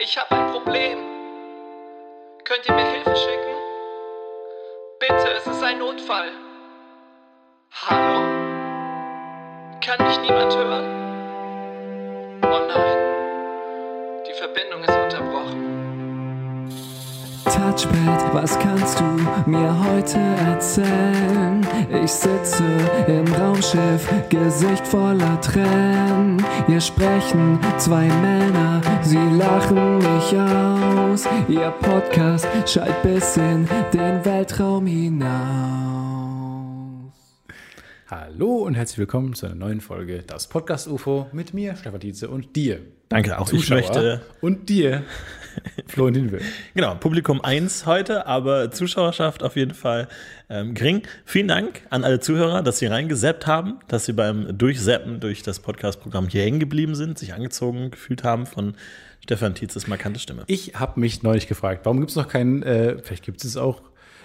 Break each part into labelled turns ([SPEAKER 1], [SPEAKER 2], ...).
[SPEAKER 1] Ich hab ein Problem. Könnt ihr mir Hilfe schicken? Bitte, es ist ein Notfall. Hallo? Kann mich niemand hören? Oh nein. Die Verbindung ist unterbrochen.
[SPEAKER 2] Touchpad, was kannst du mir heute erzählen? Ich sitze im Raumschiff, Gesicht voller Tränen. Hier sprechen zwei Männer, sie lachen mich aus. Ihr Podcast schallt bis in den Weltraum hinaus.
[SPEAKER 3] Hallo und herzlich willkommen zu einer neuen Folge Das Podcast UFO mit mir, Stefan Tietze und dir.
[SPEAKER 4] Danke, auch ich möchte-
[SPEAKER 3] Und dir, Florentin Will.
[SPEAKER 4] Genau, Publikum 1 heute, aber Zuschauerschaft auf jeden Fall ähm, gering. Vielen Dank an alle Zuhörer, dass sie reingesappt haben, dass sie beim Durchseppen durch das Podcast-Programm hier hängen geblieben sind, sich angezogen gefühlt haben von Stefan Tietzes markante Stimme.
[SPEAKER 3] Ich habe mich neulich gefragt, warum gibt es noch keinen, äh, vielleicht gibt es auch,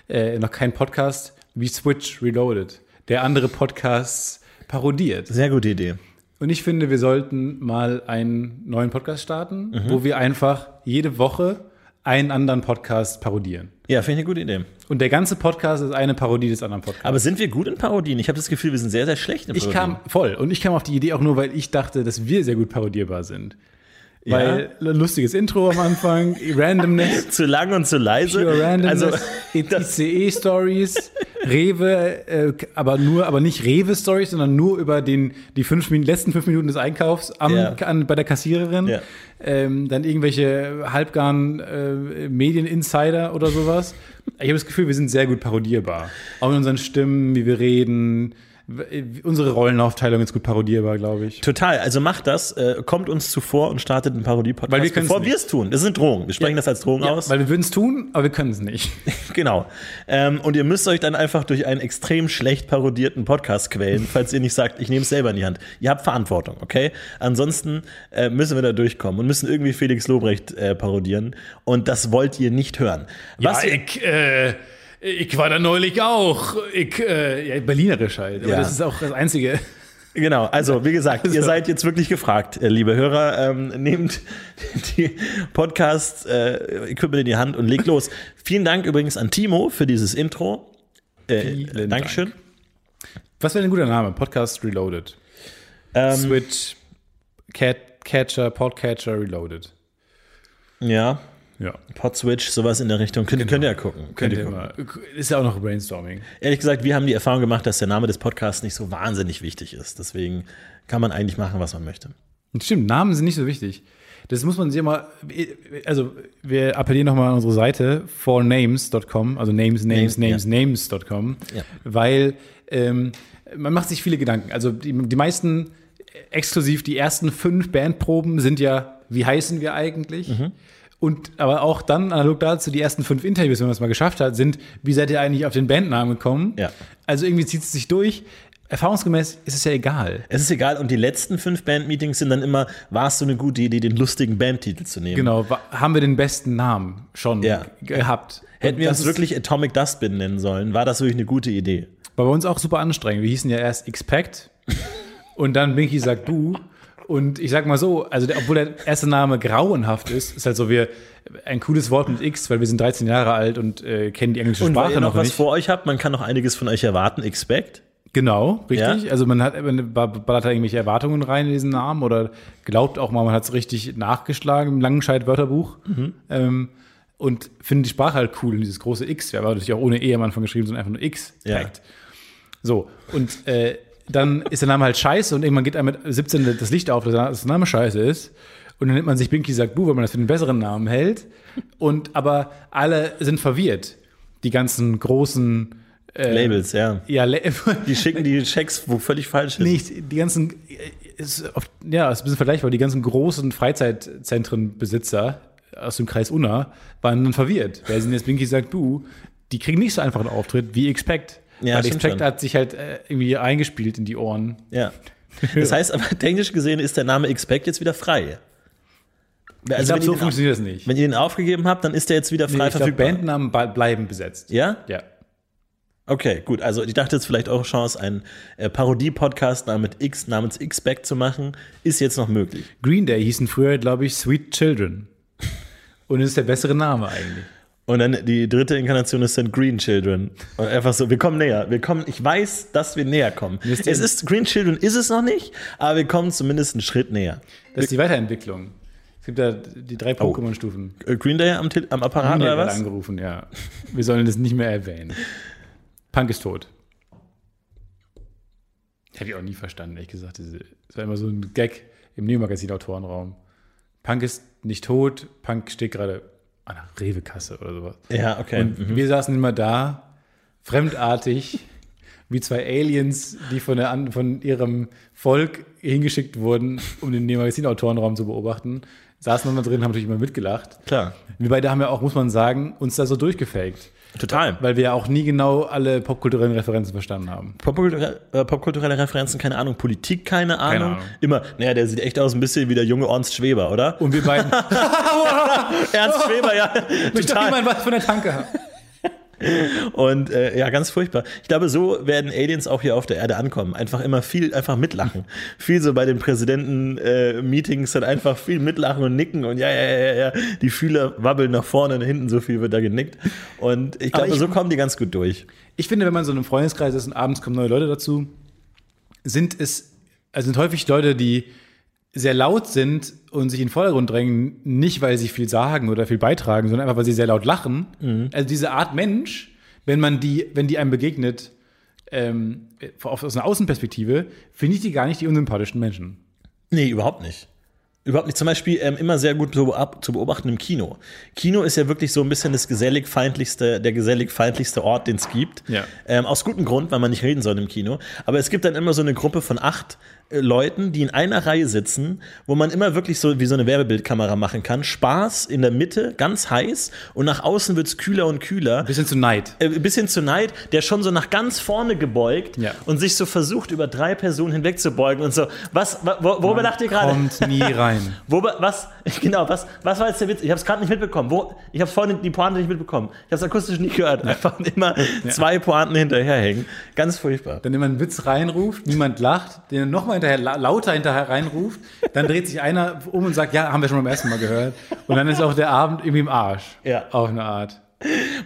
[SPEAKER 3] äh, noch keinen Podcast wie Switch Reloaded, der andere Podcasts parodiert.
[SPEAKER 4] Sehr gute Idee.
[SPEAKER 3] Und ich finde, wir sollten mal einen neuen Podcast starten,
[SPEAKER 4] Mhm.
[SPEAKER 3] wo wir einfach jede Woche einen anderen Podcast parodieren.
[SPEAKER 4] Ja, finde ich eine gute Idee.
[SPEAKER 3] Und der ganze Podcast ist eine Parodie des anderen Podcasts.
[SPEAKER 4] Aber sind wir gut in Parodien? Ich habe das Gefühl, wir sind sehr, sehr schlecht in
[SPEAKER 3] Ich kam voll und ich kam auf die Idee auch nur, weil ich dachte, dass wir sehr gut parodierbar sind. Weil lustiges Intro am Anfang, Randomness,
[SPEAKER 4] zu lang und zu leise.
[SPEAKER 3] pure Randomness, E
[SPEAKER 4] Also, das,
[SPEAKER 3] ICE Stories, Rewe, äh, aber nur, aber nicht Rewe Stories, sondern nur über den die fünf Minuten, letzten fünf Minuten des Einkaufs am,
[SPEAKER 4] Ja.
[SPEAKER 3] an, bei der Kassiererin.
[SPEAKER 4] Ja.
[SPEAKER 3] Ähm, dann irgendwelche halbgaren äh, Medieninsider oder sowas. Ich habe das Gefühl, wir sind sehr gut parodierbar. Auch in unseren Stimmen, wie wir reden. w- äh, Unsere Rollenaufteilung ist gut parodierbar, glaube ich.
[SPEAKER 4] total. Also macht das, äh, kommt uns zuvor und startet
[SPEAKER 3] Weil
[SPEAKER 4] einen
[SPEAKER 3] wir
[SPEAKER 4] Parodie-Podcast,
[SPEAKER 3] können's
[SPEAKER 4] bevor
[SPEAKER 3] nicht.
[SPEAKER 4] wir es tun. Das sind Drohungen. Wir sprechen das als Drohung aus.
[SPEAKER 3] Weil wir würden es tun, aber wir können es nicht.
[SPEAKER 4] Genau. Ähm, und ihr müsst euch dann einfach durch einen extrem schlecht parodierten Podcast quälen, falls ihr nicht sagt, ich nehme es selber in die Hand. Ihr habt Verantwortung, okay? Ansonsten äh, müssen wir da durchkommen und müssen irgendwie Felix Lobrecht äh, parodieren. Und das wollt ihr nicht hören. Was wir-
[SPEAKER 3] ich, äh, ich war da neulich auch. Ich, äh, ja, Berlinerisch halt. Aber
[SPEAKER 4] Ja.
[SPEAKER 3] das ist auch das Einzige.
[SPEAKER 4] Genau, also wie gesagt, ihr seid jetzt wirklich gefragt, äh, liebe Hörer. Ähm, nehmt die Podcast-Equipment in die Hand und legt los. Vielen Dank übrigens an Timo für dieses Intro. Äh,
[SPEAKER 3] Vielen
[SPEAKER 4] Dankeschön.
[SPEAKER 3] Was wäre ein guter Name? Podcast Reloaded.
[SPEAKER 4] Ähm,
[SPEAKER 3] Switch, Cat, Catcher, Podcatcher Reloaded.
[SPEAKER 4] ja.
[SPEAKER 3] Ja.
[SPEAKER 4] Podswitch, sowas in der Richtung. Könnt, könnt ihr ja gucken. Genau.
[SPEAKER 3] Könnt
[SPEAKER 4] Könnt ihr
[SPEAKER 3] ihr
[SPEAKER 4] gucken.
[SPEAKER 3] mal. Ist ja auch noch Brainstorming.
[SPEAKER 4] Ehrlich gesagt, wir haben die Erfahrung gemacht, dass der Name des Podcasts nicht so wahnsinnig wichtig ist. Deswegen kann man eigentlich machen, was man möchte.
[SPEAKER 3] Stimmt, Namen sind nicht so wichtig. Das muss man sich immer, also wir appellieren nochmal an unsere Seite, fornames.com, also names, names, names,
[SPEAKER 4] Names,
[SPEAKER 3] names.com,
[SPEAKER 4] Ja.
[SPEAKER 3] weil ähm, man macht sich viele Gedanken. Also die, die meisten, äh, exklusiv die ersten fünf Bandproben sind ja, wie heißen wir eigentlich?
[SPEAKER 4] Mhm.
[SPEAKER 3] Und aber auch dann, analog dazu, die ersten fünf Interviews, wenn man es mal geschafft hat, sind, wie seid ihr eigentlich auf den Bandnamen gekommen?
[SPEAKER 4] Ja.
[SPEAKER 3] Also irgendwie zieht es sich durch. Erfahrungsgemäß ist es ja egal.
[SPEAKER 4] Es ist egal, und die letzten fünf Band-Meetings sind dann immer, war es so eine gute Idee, den lustigen Bandtitel zu nehmen.
[SPEAKER 3] Genau, wa- haben wir den besten Namen schon
[SPEAKER 4] Ja.
[SPEAKER 3] g- gehabt.
[SPEAKER 4] Hätten
[SPEAKER 3] Und
[SPEAKER 4] wir
[SPEAKER 3] das
[SPEAKER 4] uns
[SPEAKER 3] ist-
[SPEAKER 4] wirklich Atomic Dustbin nennen sollen, war das wirklich eine gute Idee.
[SPEAKER 3] War bei uns auch super anstrengend. Wir hießen ja erst Expect und dann Binky sagt du. Und ich sag mal so, also der, obwohl der erste Name grauenhaft ist, ist halt so wir ein cooles Wort mit X, weil wir sind 13 Jahre alt und äh, kennen die englische
[SPEAKER 4] Und weil
[SPEAKER 3] Sprache
[SPEAKER 4] ihr
[SPEAKER 3] noch
[SPEAKER 4] noch was
[SPEAKER 3] nicht.
[SPEAKER 4] vor euch habt, man kann noch einiges von euch erwarten, expect.
[SPEAKER 3] Genau, richtig.
[SPEAKER 4] Ja.
[SPEAKER 3] Also man hat man ba- ballert da irgendwelche Erwartungen rein in diesen Namen oder glaubt auch mal, man hat es richtig nachgeschlagen im Langenscheid-Wörterbuch.
[SPEAKER 4] Mhm.
[SPEAKER 3] Ähm, und findet die Sprache halt cool und dieses große X. Wir haben natürlich auch ohne E am Anfang geschrieben, sondern einfach nur X.
[SPEAKER 4] Ja.
[SPEAKER 3] Tagt. So, und äh, dann ist der Name halt scheiße und irgendwann geht einem mit 17 das Licht auf, dass der- dass der Name scheiße ist. Und dann nimmt man sich Binky sagt Bu, weil man das für den besseren Namen hält. Und aber alle sind verwirrt. Die ganzen großen,
[SPEAKER 4] Labels, ja.
[SPEAKER 3] ja, Le-
[SPEAKER 4] Äh, Die schicken die Checks, wo völlig falsch ist.
[SPEAKER 3] nicht die ganzen ist oft, ja ist ein bisschen vergleichbar die ganzen großen Freizeitzentrenbesitzer aus dem Kreis Unna waren dann verwirrt weil sie jetzt Binky sagt du die kriegen nicht so einfach einen Auftritt wie Expect
[SPEAKER 4] Ja,
[SPEAKER 3] weil
[SPEAKER 4] stimmt
[SPEAKER 3] Expect
[SPEAKER 4] schon.
[SPEAKER 3] hat sich halt äh, irgendwie eingespielt in die Ohren
[SPEAKER 4] Ja. Das heißt aber, technisch gesehen ist der Name Expect jetzt wieder frei. Also
[SPEAKER 3] ich glaube so
[SPEAKER 4] wenn ihr den-
[SPEAKER 3] funktioniert das nicht
[SPEAKER 4] Wenn ihr den aufgegeben habt, dann ist der jetzt wieder
[SPEAKER 3] Nee,
[SPEAKER 4] frei
[SPEAKER 3] ich glaub,
[SPEAKER 4] verfügbar.
[SPEAKER 3] Bandnamen ba- bleiben besetzt
[SPEAKER 4] Ja?
[SPEAKER 3] ja
[SPEAKER 4] Okay, gut. Also ich dachte jetzt vielleicht eure Chance, einen äh, Parodie-Podcast namens X namens X-Back zu machen, ist jetzt noch möglich.
[SPEAKER 3] Green Day hießen früher glaube ich Sweet Children Und es ist der bessere Name eigentlich.
[SPEAKER 4] Und dann die dritte Inkarnation ist dann Green Children. Und einfach so, wir kommen näher. Wir kommen, ich weiß, dass wir näher kommen.
[SPEAKER 3] Wisst ihr-
[SPEAKER 4] es ist, Green Children ist es noch nicht, aber wir kommen zumindest einen Schritt näher.
[SPEAKER 3] Das ist die Weiterentwicklung. Es gibt ja die drei Pokémon-Stufen.
[SPEAKER 4] Äh, Green Day am, Tel- am Apparat
[SPEAKER 3] Punk hat
[SPEAKER 4] oder was?
[SPEAKER 3] angerufen, ja. Wir sollen das nicht mehr erwähnen. Punk ist tot. Habe ich auch nie verstanden, ehrlich gesagt. Diese, das war immer so ein Gag im Neo-Magazin-Autorenraum. Punk ist nicht tot, Punk steht gerade an der Rewe-Kasse oder sowas.
[SPEAKER 4] Ja, okay.
[SPEAKER 3] Und wir saßen immer da, fremdartig, wie zwei Aliens, die von, der, an- von ihrem Volk hingeschickt wurden, um den Magazin-Autorenraum zu beobachten. Saßen immer drin, haben natürlich immer mitgelacht.
[SPEAKER 4] Klar.
[SPEAKER 3] Wir beide haben ja auch, muss man sagen, uns da so durchgefaked,
[SPEAKER 4] Total.
[SPEAKER 3] weil wir ja auch nie genau alle popkulturellen Referenzen verstanden haben.
[SPEAKER 4] Popkulturelle, äh, popkulturelle Referenzen, keine Ahnung. Politik, keine Ahnung.
[SPEAKER 3] Ahnung. Oh.
[SPEAKER 4] Immer, naja, der sieht echt aus ein bisschen wie der junge Ernst Schweber, oder?
[SPEAKER 3] Und wir beiden,
[SPEAKER 4] Ernst Schweber, ja.
[SPEAKER 3] ich doch
[SPEAKER 4] Total.
[SPEAKER 3] niemand was von der Tanke haben.
[SPEAKER 4] Und äh, ja, ganz furchtbar. Ich glaube, so werden Aliens auch hier auf der Erde ankommen. Einfach immer viel, einfach mitlachen. viel so bei den Präsidenten-Meetings dann einfach viel mitlachen und nicken und ja, ja, ja, ja, ja. Die Fühler wabbeln nach vorne und hinten, so viel wird da genickt. Und ich
[SPEAKER 3] Aber
[SPEAKER 4] glaube,
[SPEAKER 3] ich-
[SPEAKER 4] so kommen die ganz gut durch.
[SPEAKER 3] Ich finde, wenn man so in einem Freundeskreis ist und abends kommen neue Leute dazu, sind es, also sind häufig Leute, die sehr laut sind und sich in den Vordergrund drängen, nicht weil sie viel sagen oder viel beitragen, sondern einfach weil sie sehr laut lachen. Also diese Art Mensch, wenn man die, wenn die einem begegnet, ähm, auf- aus einer Außenperspektive, finde ich die gar nicht die unsympathischen Menschen.
[SPEAKER 4] Nee, überhaupt nicht. Überhaupt nicht. Zum Beispiel ähm, immer sehr gut so ab, zu beobachten im Kino. Kino ist ja wirklich so ein bisschen das geselligfeindlichste, der geselligfeindlichste Ort, den es gibt.
[SPEAKER 3] Ja.
[SPEAKER 4] Ähm, aus gutem Grund, weil man nicht reden soll im Kino. Aber es gibt dann immer so eine Gruppe von acht äh, Leuten, die in einer Reihe sitzen, wo man immer wirklich so wie so eine Werbebildkamera machen kann. Spaß in der Mitte, ganz heiß und nach außen wird es kühler und kühler.
[SPEAKER 3] Bisschen zu Neid.
[SPEAKER 4] Äh, ein bisschen zu Neid, der schon so nach ganz vorne gebeugt
[SPEAKER 3] Ja.
[SPEAKER 4] und sich so versucht, über drei Personen hinwegzubeugen und so. Was, wa- wo, worüber dacht ihr gerade?
[SPEAKER 3] Kommt nie rein.
[SPEAKER 4] Wo, was, genau, was, was war jetzt der Witz? Ich habe es gerade nicht mitbekommen. Wo, ich habe vorhin die Pointe nicht mitbekommen. Ich habe es akustisch nicht gehört. Einfach immer zwei Pointen hinterherhängen. Ganz furchtbar.
[SPEAKER 3] Dann immer einen Witz reinruft, niemand lacht, den er nochmal hinterher la- lauter hinterher reinruft, dann dreht sich einer um und sagt, ja, haben wir schon beim ersten Mal gehört. Und dann ist auch der Abend irgendwie im Arsch.
[SPEAKER 4] Ja.
[SPEAKER 3] Auf eine Art.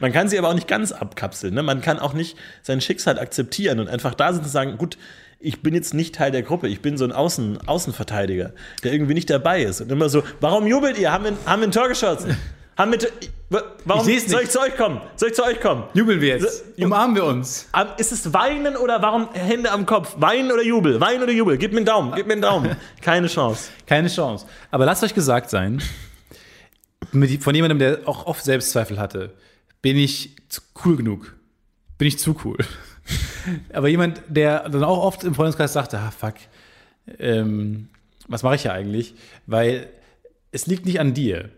[SPEAKER 4] Man kann sie aber auch nicht ganz abkapseln. Ne? Man kann auch nicht sein Schicksal akzeptieren und einfach da sitzen und sagen, gut, ich bin jetzt nicht Teil der Gruppe, ich bin so ein Außen, Außenverteidiger, der irgendwie nicht dabei ist. Und immer so, warum jubelt ihr? Haben wir, haben wir ein Tor geschossen? Haben wir, warum
[SPEAKER 3] Ich seh's
[SPEAKER 4] soll
[SPEAKER 3] nicht.
[SPEAKER 4] ich zu euch kommen? Soll ich zu euch kommen?
[SPEAKER 3] Jubeln wir jetzt.
[SPEAKER 4] So,
[SPEAKER 3] Umarmen wir uns.
[SPEAKER 4] Am- Ist es Weinen oder warum Hände am Kopf? Weinen oder Jubel? Weinen oder Jubel? Gib mir einen Daumen, gib mir einen Daumen. Keine Chance.
[SPEAKER 3] Keine Chance. Aber lasst euch gesagt sein, mit, von jemandem, der auch oft Selbstzweifel hatte, bin ich zu cool genug. Bin ich zu cool. Aber jemand, der dann auch oft im Freundeskreis sagte, ah, fuck, ähm, was mache ich ja eigentlich? Weil es liegt nicht an dir.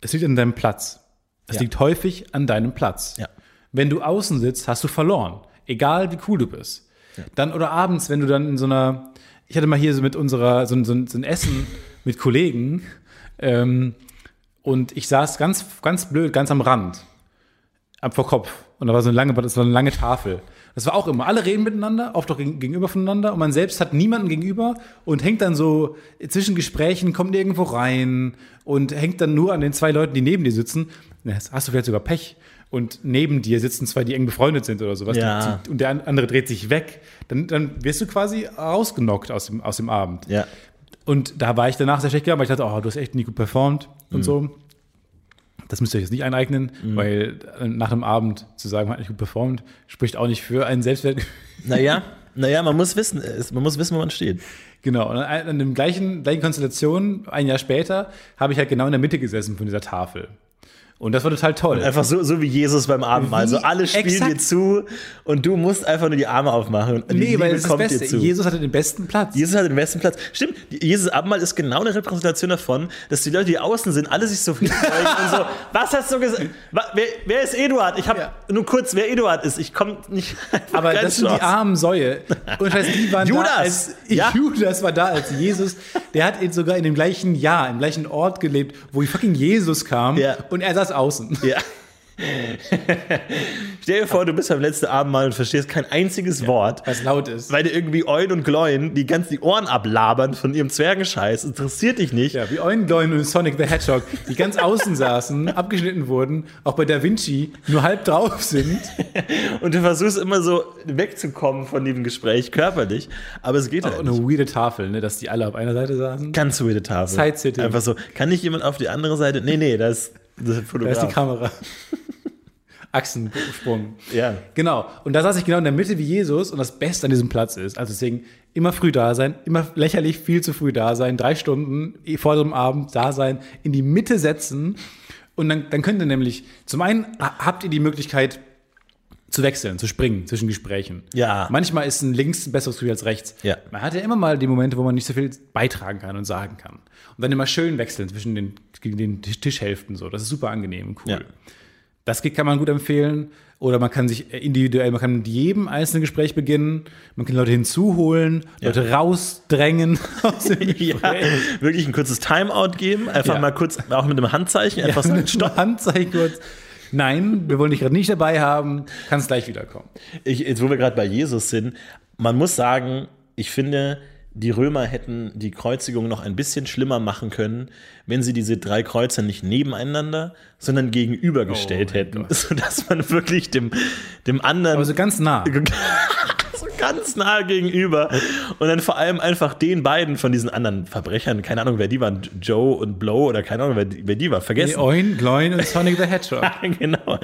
[SPEAKER 3] Es liegt an deinem Platz. Es
[SPEAKER 4] Ja.
[SPEAKER 3] liegt häufig an deinem Platz.
[SPEAKER 4] Ja.
[SPEAKER 3] Wenn du außen sitzt, hast du verloren. Egal wie cool du bist. Dann oder abends, wenn du dann in so einer, ich hatte mal hier so mit unserer, so, ein- so, ein- so ein Essen mit Kollegen ähm, und ich saß ganz, ganz blöd, ganz am Rand, ab vor Kopf. Und da war so eine lange, das war eine lange Tafel. Das war auch immer. Alle reden miteinander, oft auch gegen- gegenüber voneinander und man selbst hat niemanden gegenüber und hängt dann so zwischen Gesprächen, kommt irgendwo rein und hängt dann nur an den zwei Leuten, die neben dir sitzen. Na, das hast du vielleicht sogar Pech. Und neben dir sitzen zwei, die eng befreundet sind oder sowas.
[SPEAKER 4] Ja.
[SPEAKER 3] Die- die- Und der an- andere dreht sich weg. Dann, dann wirst du quasi rausgenockt aus dem, aus dem Abend.
[SPEAKER 4] Ja.
[SPEAKER 3] Und da war ich danach sehr schlecht gelaunt, weil ich dachte, oh, du hast echt nie gut performt
[SPEAKER 4] Mhm.
[SPEAKER 3] und so. Das müsst ihr euch jetzt nicht aneignen, weil äh, nach einem Abend zu sagen, man hat nicht gut performt, spricht auch nicht für einen Selbstwert.
[SPEAKER 4] Naja, naja, man muss wissen, es- man muss wissen, wo man steht.
[SPEAKER 3] genau. Und an, an dem gleichen, gleichen Konstellation, ein Jahr später, habe ich halt genau in der Mitte gesessen von dieser Tafel. Und das war total toll.
[SPEAKER 4] Einfach so, so wie Jesus beim Abendmahl.
[SPEAKER 3] Wie?
[SPEAKER 4] Also alle spielen
[SPEAKER 3] Exakt.
[SPEAKER 4] dir zu und du musst einfach nur die Arme aufmachen. Und die
[SPEAKER 3] nee, weil das
[SPEAKER 4] Liebe
[SPEAKER 3] ist das
[SPEAKER 4] dir
[SPEAKER 3] Beste.
[SPEAKER 4] zu.
[SPEAKER 3] Jesus hatte den besten Platz.
[SPEAKER 4] Jesus hat den besten Platz. Stimmt, die- Jesus Abendmahl ist genau eine Repräsentation davon, dass die Leute, die außen sind, alle sich so viel und so. Was hast du gesagt? Wa- Wer, wer ist Eduard? Ich habe
[SPEAKER 3] Ja.
[SPEAKER 4] nur kurz, wer Eduard ist. Ich komme nicht. einfach
[SPEAKER 3] Aber
[SPEAKER 4] keine
[SPEAKER 3] das sind die
[SPEAKER 4] Chance.
[SPEAKER 3] armen Säue. Und das heißt, die waren
[SPEAKER 4] Judas!
[SPEAKER 3] da als
[SPEAKER 4] Ja.
[SPEAKER 3] Judas war da als Jesus. Der hat eben sogar in dem gleichen Jahr, im gleichen Ort gelebt, wo fucking Jesus kam
[SPEAKER 4] Ja.
[SPEAKER 3] und er saß außen.
[SPEAKER 4] Ja. Stell dir vor, du bist beim letzten Abendmahl und verstehst kein einziges Wort,
[SPEAKER 3] Was laut ist.
[SPEAKER 4] weil dir irgendwie Eulen und Gläuen die ganz die Ohren ablabern von ihrem Zwergenscheiß. Interessiert dich nicht.
[SPEAKER 3] Ja, wie Eungläun und Sonic the Hedgehog, die ganz außen saßen, abgeschnitten wurden, auch bei Da Vinci nur halb drauf sind.
[SPEAKER 4] Und du versuchst immer so wegzukommen von dem Gespräch körperlich. Aber es geht halt
[SPEAKER 3] Oh, Eine
[SPEAKER 4] nicht.
[SPEAKER 3] weirde Tafel, ne, dass die alle auf einer Seite saßen.
[SPEAKER 4] Ganz weirde Tafel.
[SPEAKER 3] Side-Sitting.
[SPEAKER 4] Einfach so, kann nicht jemand auf die andere Seite? Nee, nee, das das ist
[SPEAKER 3] Da
[SPEAKER 4] Fotograf.
[SPEAKER 3] ist die Kamera. Achsensprung.
[SPEAKER 4] Ja.
[SPEAKER 3] Genau. Und da saß ich genau in der Mitte wie Jesus und das Beste an diesem Platz ist. Also deswegen immer früh da sein, immer lächerlich viel zu früh da sein, drei Stunden eh vor dem Abend da sein, in die Mitte setzen. Und dann, dann könnt ihr nämlich, zum einen ha- habt ihr die Möglichkeit zu wechseln, zu springen zwischen Gesprächen.
[SPEAKER 4] Ja.
[SPEAKER 3] Manchmal ist ein links ein besseres Gefühl als rechts.
[SPEAKER 4] Ja.
[SPEAKER 3] Man hat ja immer mal die Momente, wo man nicht so viel beitragen kann und sagen kann. Und dann immer schön wechseln zwischen den, den Tisch- Tischhälften so. Das ist super angenehm und cool.
[SPEAKER 4] Ja.
[SPEAKER 3] Das kann man gut empfehlen. Oder man kann sich individuell, man kann mit jedem einzelnen Gespräch beginnen. Man kann Leute hinzuholen, Leute rausdrängen aus dem
[SPEAKER 4] Ja,
[SPEAKER 3] Gespräch.
[SPEAKER 4] wirklich ein kurzes Timeout geben, einfach
[SPEAKER 3] Ja.
[SPEAKER 4] mal kurz, auch mit einem Handzeichen, einfach sagen,
[SPEAKER 3] Mit einer Handzeichen kurz. Nein, wir wollen dich gerade nicht dabei haben. Kannst gleich wiederkommen.
[SPEAKER 4] ich, jetzt wo wir gerade bei Jesus sind, man muss sagen, ich finde, die Römer hätten die Kreuzigung noch ein bisschen schlimmer machen können, wenn sie diese drei Kreuze nicht nebeneinander, sondern gegenübergestellt
[SPEAKER 3] Oh mein
[SPEAKER 4] hätten, sodass man wirklich dem, dem anderen
[SPEAKER 3] Aber so ganz nah.
[SPEAKER 4] so ganz nah gegenüber und dann vor allem einfach den beiden von diesen anderen Verbrechern, keine Ahnung, wer die waren, Joe und Blow oder keine Ahnung, wer die, wer die war, vergessen.
[SPEAKER 3] Eoin, Gloin und Sonic the Hedgehog.
[SPEAKER 4] genau.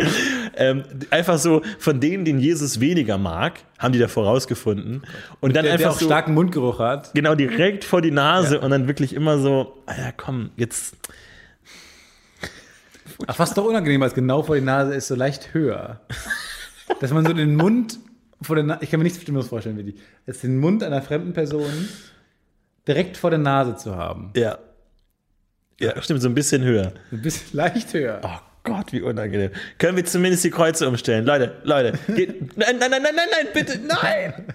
[SPEAKER 4] Ähm, einfach so von denen, den Jesus weniger mag, haben die da vorausgefunden. Und
[SPEAKER 3] Der,
[SPEAKER 4] dann
[SPEAKER 3] der
[SPEAKER 4] einfach
[SPEAKER 3] auch
[SPEAKER 4] so
[SPEAKER 3] starken Mundgeruch hat.
[SPEAKER 4] genau direkt vor die Nase und dann wirklich immer so, Alter, komm, jetzt.
[SPEAKER 3] Ach, fast doch unangenehm, als genau vor die Nase ist, so leicht höher. Dass man so den Mund vor der Nase, ich kann mir nichts Bestimmtes vorstellen, wie die, als den Mund einer fremden Person direkt vor der Nase zu haben.
[SPEAKER 4] Ja. Ja, stimmt, so ein bisschen höher.
[SPEAKER 3] Ein bisschen leicht höher.
[SPEAKER 4] Oh Gott, wie unangenehm. Können wir zumindest die Kreuze umstellen? Leute, Leute. Geht, nein, nein, nein, nein, nein, nein, bitte, nein.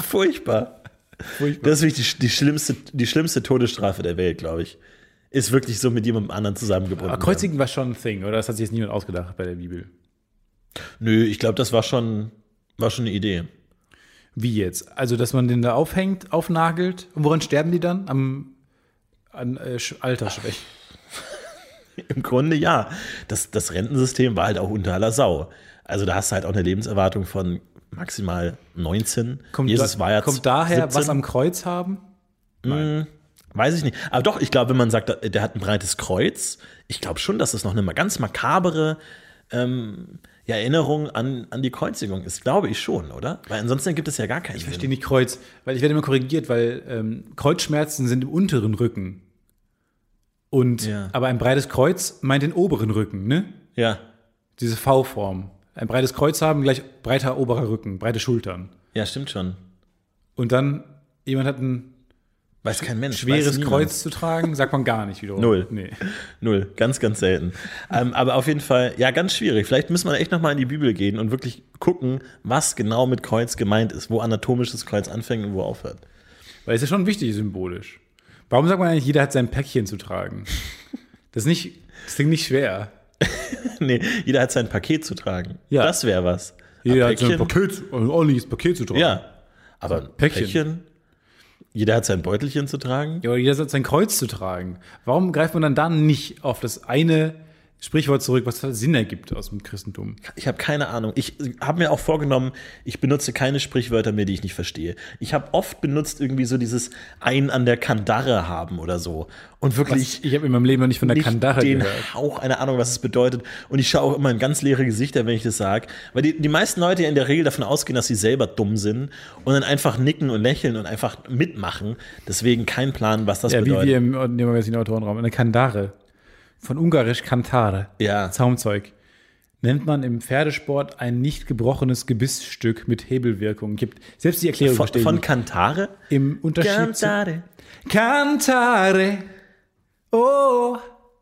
[SPEAKER 4] Furchtbar.
[SPEAKER 3] Furchtbar.
[SPEAKER 4] Das ist wirklich die, die, schlimmste, die schlimmste Todesstrafe der Welt, glaube ich. Ist wirklich so mit jemandem anderen zusammengebunden.
[SPEAKER 3] Aber
[SPEAKER 4] werden.
[SPEAKER 3] Kreuzigen war schon ein Thing, oder? Das hat sich jetzt niemand ausgedacht bei der Bibel.
[SPEAKER 4] Nö, ich glaube, das war schon, war schon eine Idee.
[SPEAKER 3] Wie jetzt? Also, dass man den da aufhängt, aufnagelt. Und woran sterben die dann? Am an, äh, Sch- Altersschwäche.
[SPEAKER 4] Im Grunde ja. Das, das Rentensystem war halt auch unter aller Sau. Also da hast du halt auch eine Lebenserwartung von maximal 19. Jesus
[SPEAKER 3] da,
[SPEAKER 4] war ja
[SPEAKER 3] kommt daher,
[SPEAKER 4] 17.
[SPEAKER 3] was am Kreuz haben?
[SPEAKER 4] Weiß ich nicht. Aber doch, ich glaube, wenn man sagt, der hat ein breites Kreuz, ich glaube schon, dass es noch eine ma- ganz makabere ähm, ja, Erinnerung an, an die Kreuzigung ist. Glaube ich schon, oder? Weil ansonsten gibt es ja gar keinen
[SPEAKER 3] Ich verstehe nicht Kreuz, weil ich werde immer korrigiert, weil ähm, Kreuzschmerzen sind im unteren Rücken. Und
[SPEAKER 4] Ja.
[SPEAKER 3] aber ein breites Kreuz meint den oberen Rücken, ne?
[SPEAKER 4] Ja,
[SPEAKER 3] Diese V-Form. Ein breites Kreuz haben gleich breiter oberer Rücken, breite Schultern.
[SPEAKER 4] ja, stimmt schon.
[SPEAKER 3] Und dann jemand hat ein
[SPEAKER 4] Weiß kein Mensch. weiß
[SPEAKER 3] schweres
[SPEAKER 4] niemand.
[SPEAKER 3] Kreuz zu tragen, sagt man gar nicht wiederum.
[SPEAKER 4] Null.
[SPEAKER 3] Nee.
[SPEAKER 4] Null, ganz, ganz selten. ähm, aber auf jeden Fall, ja, ganz schwierig. Vielleicht muss man echt nochmal in die Bibel gehen und wirklich gucken, was genau mit Kreuz gemeint ist, wo anatomisches Kreuz anfängt und wo aufhört.
[SPEAKER 3] Weil es ist ja schon wichtig symbolisch. Warum sagt man eigentlich, jeder hat sein Päckchen zu tragen? Das ist nicht, das klingt nicht schwer.
[SPEAKER 4] nee, jeder hat sein Paket zu tragen.
[SPEAKER 3] Ja.
[SPEAKER 4] Das wäre was.
[SPEAKER 3] Jeder
[SPEAKER 4] Ein
[SPEAKER 3] hat sein
[SPEAKER 4] Päckchen,
[SPEAKER 3] Paket, ein ordentliches Paket zu tragen.
[SPEAKER 4] Ja. Aber ein
[SPEAKER 3] Päckchen.
[SPEAKER 4] Päckchen. Jeder hat sein Beutelchen zu tragen.
[SPEAKER 3] Ja, aber jeder hat sein Kreuz zu tragen. Warum greift man dann da nicht auf das eine Sprichwort zurück, was halt Sinn ergibt aus dem Christentum?
[SPEAKER 4] Ich habe keine Ahnung. Ich habe mir auch vorgenommen, ich benutze keine Sprichwörter mehr, die ich nicht verstehe. Ich habe oft benutzt irgendwie so dieses ein an der Kandare haben oder so. Und wirklich
[SPEAKER 3] Ich, ich habe in meinem Leben noch nicht von der
[SPEAKER 4] nicht
[SPEAKER 3] Kandare
[SPEAKER 4] den
[SPEAKER 3] gehört.
[SPEAKER 4] Hauch einer Ahnung, was es bedeutet. Und ich schaue auch immer in ganz leere Gesichter, wenn ich das sage. Weil die, die meisten Leute ja in der Regel davon ausgehen, dass sie selber dumm sind und dann einfach nicken und lächeln und einfach mitmachen. Deswegen kein Plan, was das
[SPEAKER 3] Ja, wie
[SPEAKER 4] bedeutet.
[SPEAKER 3] wir im Ord- dem Magazin Autorenraum. Eine Kandare. Von Ungarisch Kantare.
[SPEAKER 4] Ja.
[SPEAKER 3] Zaumzeug. Nennt man im Pferdesport ein nicht gebrochenes Gebissstück mit Hebelwirkung. Gibt selbst die Erklärung
[SPEAKER 4] von,
[SPEAKER 3] verstehe ich
[SPEAKER 4] von
[SPEAKER 3] nicht.
[SPEAKER 4] Kantare?
[SPEAKER 3] im Unterschied
[SPEAKER 4] Kantare.
[SPEAKER 3] zu Kantare. Oh.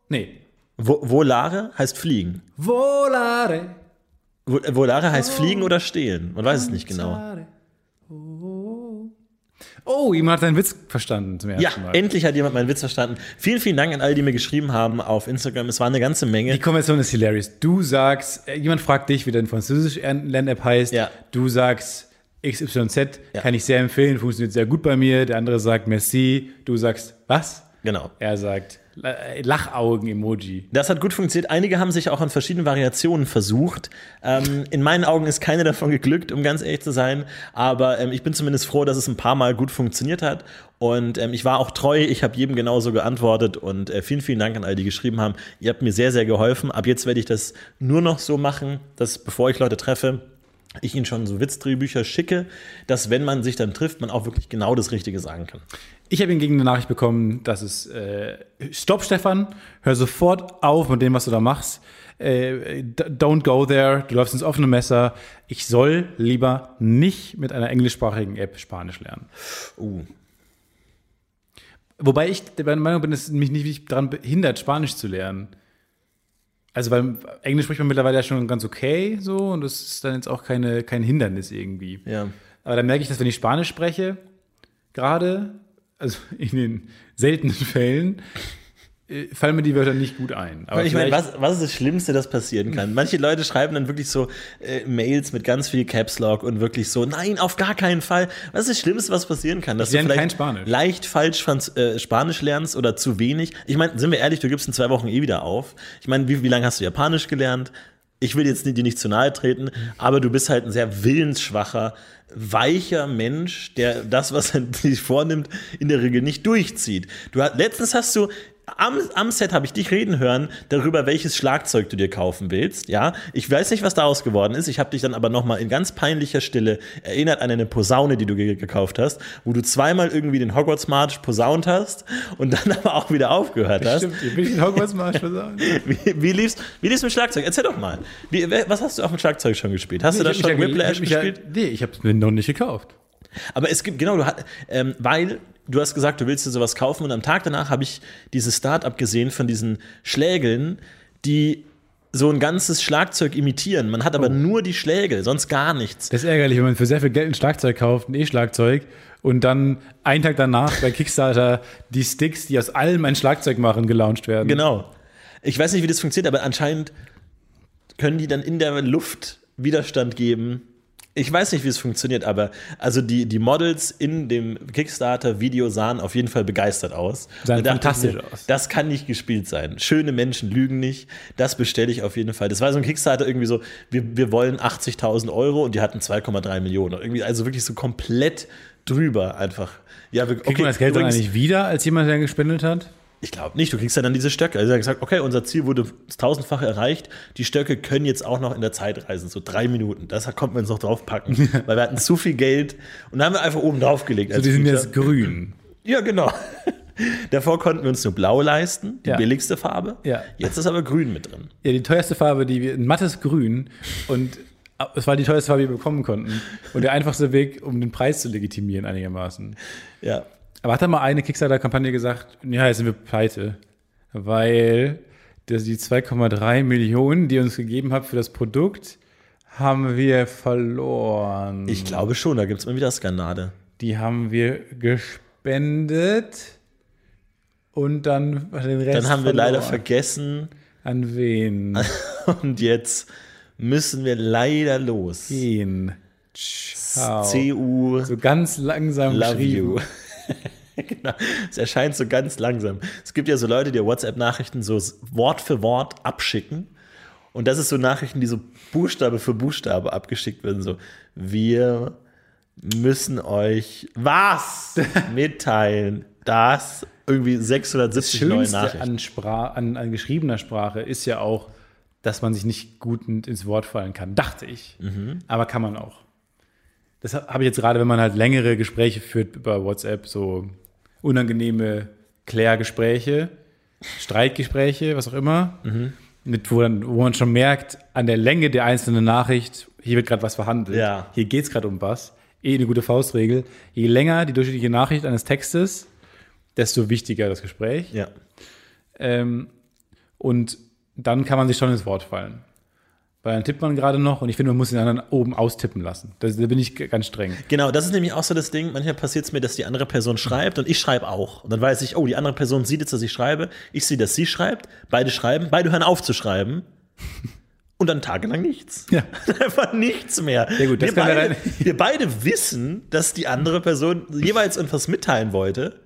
[SPEAKER 3] Nee.
[SPEAKER 4] Vo- Volare heißt fliegen.
[SPEAKER 3] Volare.
[SPEAKER 4] Vo- äh, Volare heißt fliegen oder stehen. Man weiß es nicht genau.
[SPEAKER 3] Kantare. Oh. Oh, jemand hat seinen Witz verstanden zum ersten
[SPEAKER 4] Ja,
[SPEAKER 3] Mal.
[SPEAKER 4] endlich hat jemand meinen Witz verstanden. Vielen, vielen Dank an all, die mir geschrieben haben auf Instagram. Es war eine ganze Menge.
[SPEAKER 3] Die Konvention ist hilarious. Du sagst, äh, jemand fragt dich, wie dein französisch Lern-App heißt.
[SPEAKER 4] Ja.
[SPEAKER 3] Du sagst XYZ,
[SPEAKER 4] Ja.
[SPEAKER 3] kann ich sehr empfehlen, funktioniert sehr gut bei mir. Der andere sagt Merci. Du sagst, was?
[SPEAKER 4] Genau.
[SPEAKER 3] Er sagt äh, Lachaugen-Emoji.
[SPEAKER 4] Das hat gut funktioniert. Einige haben sich auch an verschiedenen Variationen versucht. Ähm, in meinen Augen ist keine davon geglückt, um ganz ehrlich zu sein. Aber ähm, ich bin zumindest froh, dass es ein paar Mal gut funktioniert hat. Und ähm, ich war auch treu. Ich habe jedem genauso geantwortet. Und äh, vielen, vielen Dank an all, die geschrieben haben. Ihr habt mir sehr, sehr geholfen. Ab jetzt werde ich das nur noch so machen, dass bevor ich Leute treffe, ich ihnen schon so Witzdrehbücher schicke, dass wenn man sich dann trifft, man auch wirklich genau das Richtige sagen kann.
[SPEAKER 3] Ich habe hingegen eine Nachricht bekommen, dass es äh, Stopp, Stefan, hör sofort auf mit dem, was du da machst. Äh, d- don't go there, du läufst ins offene Messer. Ich soll lieber nicht mit einer englischsprachigen App Spanisch lernen.
[SPEAKER 4] Uh.
[SPEAKER 3] Wobei ich der Meinung bin, dass es mich nicht daran behindert, Spanisch zu lernen. Also, weil Englisch spricht man mittlerweile ja schon ganz okay so und das ist dann jetzt auch keine, kein Hindernis irgendwie.
[SPEAKER 4] Ja.
[SPEAKER 3] Aber dann merke ich, dass wenn ich Spanisch spreche, gerade, also in den seltenen Fällen, äh, fallen mir die Wörter nicht gut ein. Aber
[SPEAKER 4] ich meine,
[SPEAKER 3] vielleicht-
[SPEAKER 4] was, was ist das Schlimmste, das passieren kann? Manche Leute schreiben dann wirklich so äh, Mails mit ganz viel Caps Lock und wirklich so, nein, auf gar keinen Fall. Was ist das Schlimmste, was passieren kann? Dass
[SPEAKER 3] Ich lerne
[SPEAKER 4] du
[SPEAKER 3] kein
[SPEAKER 4] vielleicht
[SPEAKER 3] Spanisch.
[SPEAKER 4] leicht falsch Franz äh, Spanisch lernst oder zu wenig. Ich meine, sind wir ehrlich, du gibst in zwei Wochen eh wieder auf. Ich meine, wie, wie lange hast du Japanisch gelernt? Ich will jetzt dir nicht zu nahe treten, aber du bist halt ein sehr willensschwacher, weicher Mensch, der das, was er sich vornimmt, in der Regel nicht durchzieht. Du hast, letztens hast du am, am Set habe ich dich reden hören darüber, welches Schlagzeug du dir kaufen willst. Ja, ich weiß nicht, was daraus geworden ist. Ich habe dich dann aber nochmal in ganz peinlicher Stille erinnert an eine Posaune, die du ge gekauft hast, wo du zweimal irgendwie den Hogwarts March posaunt hast und dann aber auch wieder aufgehört hast.
[SPEAKER 3] Stimmt, hier will ich den Hogwarts Marsch versagen. Ich
[SPEAKER 4] Wie, wie lief's? Wie lief's mit Schlagzeug? Erzähl doch mal. Wie, wer- was hast du auf dem Schlagzeug schon gespielt? Hast du da
[SPEAKER 3] hab
[SPEAKER 4] schon
[SPEAKER 3] mich ja-
[SPEAKER 4] Whiplash
[SPEAKER 3] ich hab mich ja-
[SPEAKER 4] gespielt?
[SPEAKER 3] Nee, ich habe es mir noch nicht gekauft.
[SPEAKER 4] Aber es gibt, genau, du hat, ähm, weil du hast gesagt, du willst dir sowas kaufen und am Tag danach habe ich dieses Start-up gesehen von diesen Schlägeln, die so ein ganzes Schlagzeug imitieren. Man hat aber nur die Schlägel, sonst gar nichts.
[SPEAKER 3] Das ist ärgerlich, wenn man für sehr viel Geld ein Schlagzeug kauft, ein E-Schlagzeug, und dann einen Tag danach bei Kickstarter die Sticks, die aus allem ein Schlagzeug machen, gelauncht werden.
[SPEAKER 4] Genau. Ich weiß nicht, wie das funktioniert, aber anscheinend können die dann in der Luft Widerstand geben. Ich weiß nicht, wie es funktioniert, aber also die, die Models in dem Kickstarter-Video sahen auf jeden Fall begeistert aus.
[SPEAKER 3] Sahen
[SPEAKER 4] Und da dachte ich
[SPEAKER 3] fantastisch
[SPEAKER 4] mir,
[SPEAKER 3] aus.
[SPEAKER 4] Das kann nicht gespielt sein. Schöne Menschen lügen nicht. Das bestelle ich auf jeden Fall. Das war so ein Kickstarter irgendwie so, wir, wir wollen 80.000 Euro und die hatten 2,3 Millionen. Irgendwie, also wirklich so komplett drüber einfach. Ja, wir,
[SPEAKER 3] Kriegt man das Geld dann eigentlich wieder, als jemand, der gespendet hat?
[SPEAKER 4] ich glaube nicht, du kriegst ja dann diese Stöcke. Also er hat gesagt, okay, unser Ziel wurde das tausendfache erreicht. Die Stöcke können jetzt auch noch in der Zeit reisen, so drei Minuten. Das konnten wir uns noch draufpacken, weil wir hatten zu viel Geld und da haben wir einfach oben draufgelegt.
[SPEAKER 3] So,
[SPEAKER 4] als
[SPEAKER 3] Also die sind
[SPEAKER 4] Feature.
[SPEAKER 3] jetzt grün.
[SPEAKER 4] ja, genau. Davor konnten wir uns nur blau leisten, die
[SPEAKER 3] Ja.
[SPEAKER 4] billigste Farbe.
[SPEAKER 3] Ja.
[SPEAKER 4] Jetzt ist aber grün mit drin.
[SPEAKER 3] Ja, die teuerste Farbe, die wir, ein mattes Grün. Und es war die teuerste Farbe, die wir bekommen konnten. Und der einfachste Weg, um den Preis zu legitimieren, einigermaßen.
[SPEAKER 4] Ja.
[SPEAKER 3] Aber hat da mal eine Kickstarter-Kampagne gesagt, ja, jetzt sind wir pleite, weil das, die 2,3 Millionen, die ihr uns gegeben habt für das Produkt, haben wir verloren.
[SPEAKER 4] Ich glaube schon, da gibt es immer wieder Skandale.
[SPEAKER 3] Die haben wir gespendet und dann den Rest
[SPEAKER 4] Dann haben wir leider
[SPEAKER 3] verloren.
[SPEAKER 4] vergessen
[SPEAKER 3] An wen?
[SPEAKER 4] und jetzt müssen wir leider los.
[SPEAKER 3] Wen? Ciao.
[SPEAKER 4] CU.
[SPEAKER 3] So ganz langsam
[SPEAKER 4] Love
[SPEAKER 3] geschrieben.
[SPEAKER 4] you. genau. Es erscheint so ganz langsam. Es gibt ja so Leute, die WhatsApp-Nachrichten so s- Wort für Wort abschicken. Und das ist so Nachrichten, die so Buchstabe für Buchstabe abgeschickt werden. So, wir müssen euch was mitteilen, dass irgendwie 670 neue
[SPEAKER 3] Schönste
[SPEAKER 4] Nachrichten.
[SPEAKER 3] an, Spra an, an geschriebener Sprache ist ja auch, dass man sich nicht gut in- ins Wort fallen kann. Dachte ich. Aber kann man auch. Das ha- habe ich jetzt gerade, wenn man halt längere Gespräche führt über WhatsApp, so unangenehme Klärgespräche, Streitgespräche, was auch immer, mit, wo, dann, wo man schon merkt, an der Länge der einzelnen Nachricht, hier wird gerade was verhandelt,
[SPEAKER 4] Ja.
[SPEAKER 3] hier geht es gerade um was. Eh eine gute Faustregel. Je länger die durchschnittliche Nachricht eines Textes, desto wichtiger das Gespräch.
[SPEAKER 4] Ja.
[SPEAKER 3] Ähm, und dann kann man sich schon ins Wort fallen. weil dann tippt man gerade noch und ich finde, man muss den anderen oben austippen lassen. Das, da bin ich g- ganz streng.
[SPEAKER 4] Genau, das ist nämlich auch so das Ding. Manchmal passiert es mir, dass die andere Person schreibt und ich schreibe auch. Und dann weiß ich, oh, die andere Person sieht jetzt, dass ich schreibe. Ich sehe, dass sie schreibt. Beide schreiben. Beide hören auf zu schreiben. Und dann tagelang nichts.
[SPEAKER 3] Ja.
[SPEAKER 4] Einfach nichts mehr.
[SPEAKER 3] Ja gut, das
[SPEAKER 4] wir,
[SPEAKER 3] kann ja
[SPEAKER 4] beide,
[SPEAKER 3] rein-
[SPEAKER 4] wir beide wissen, dass die andere Person jeweils etwas mitteilen wollte.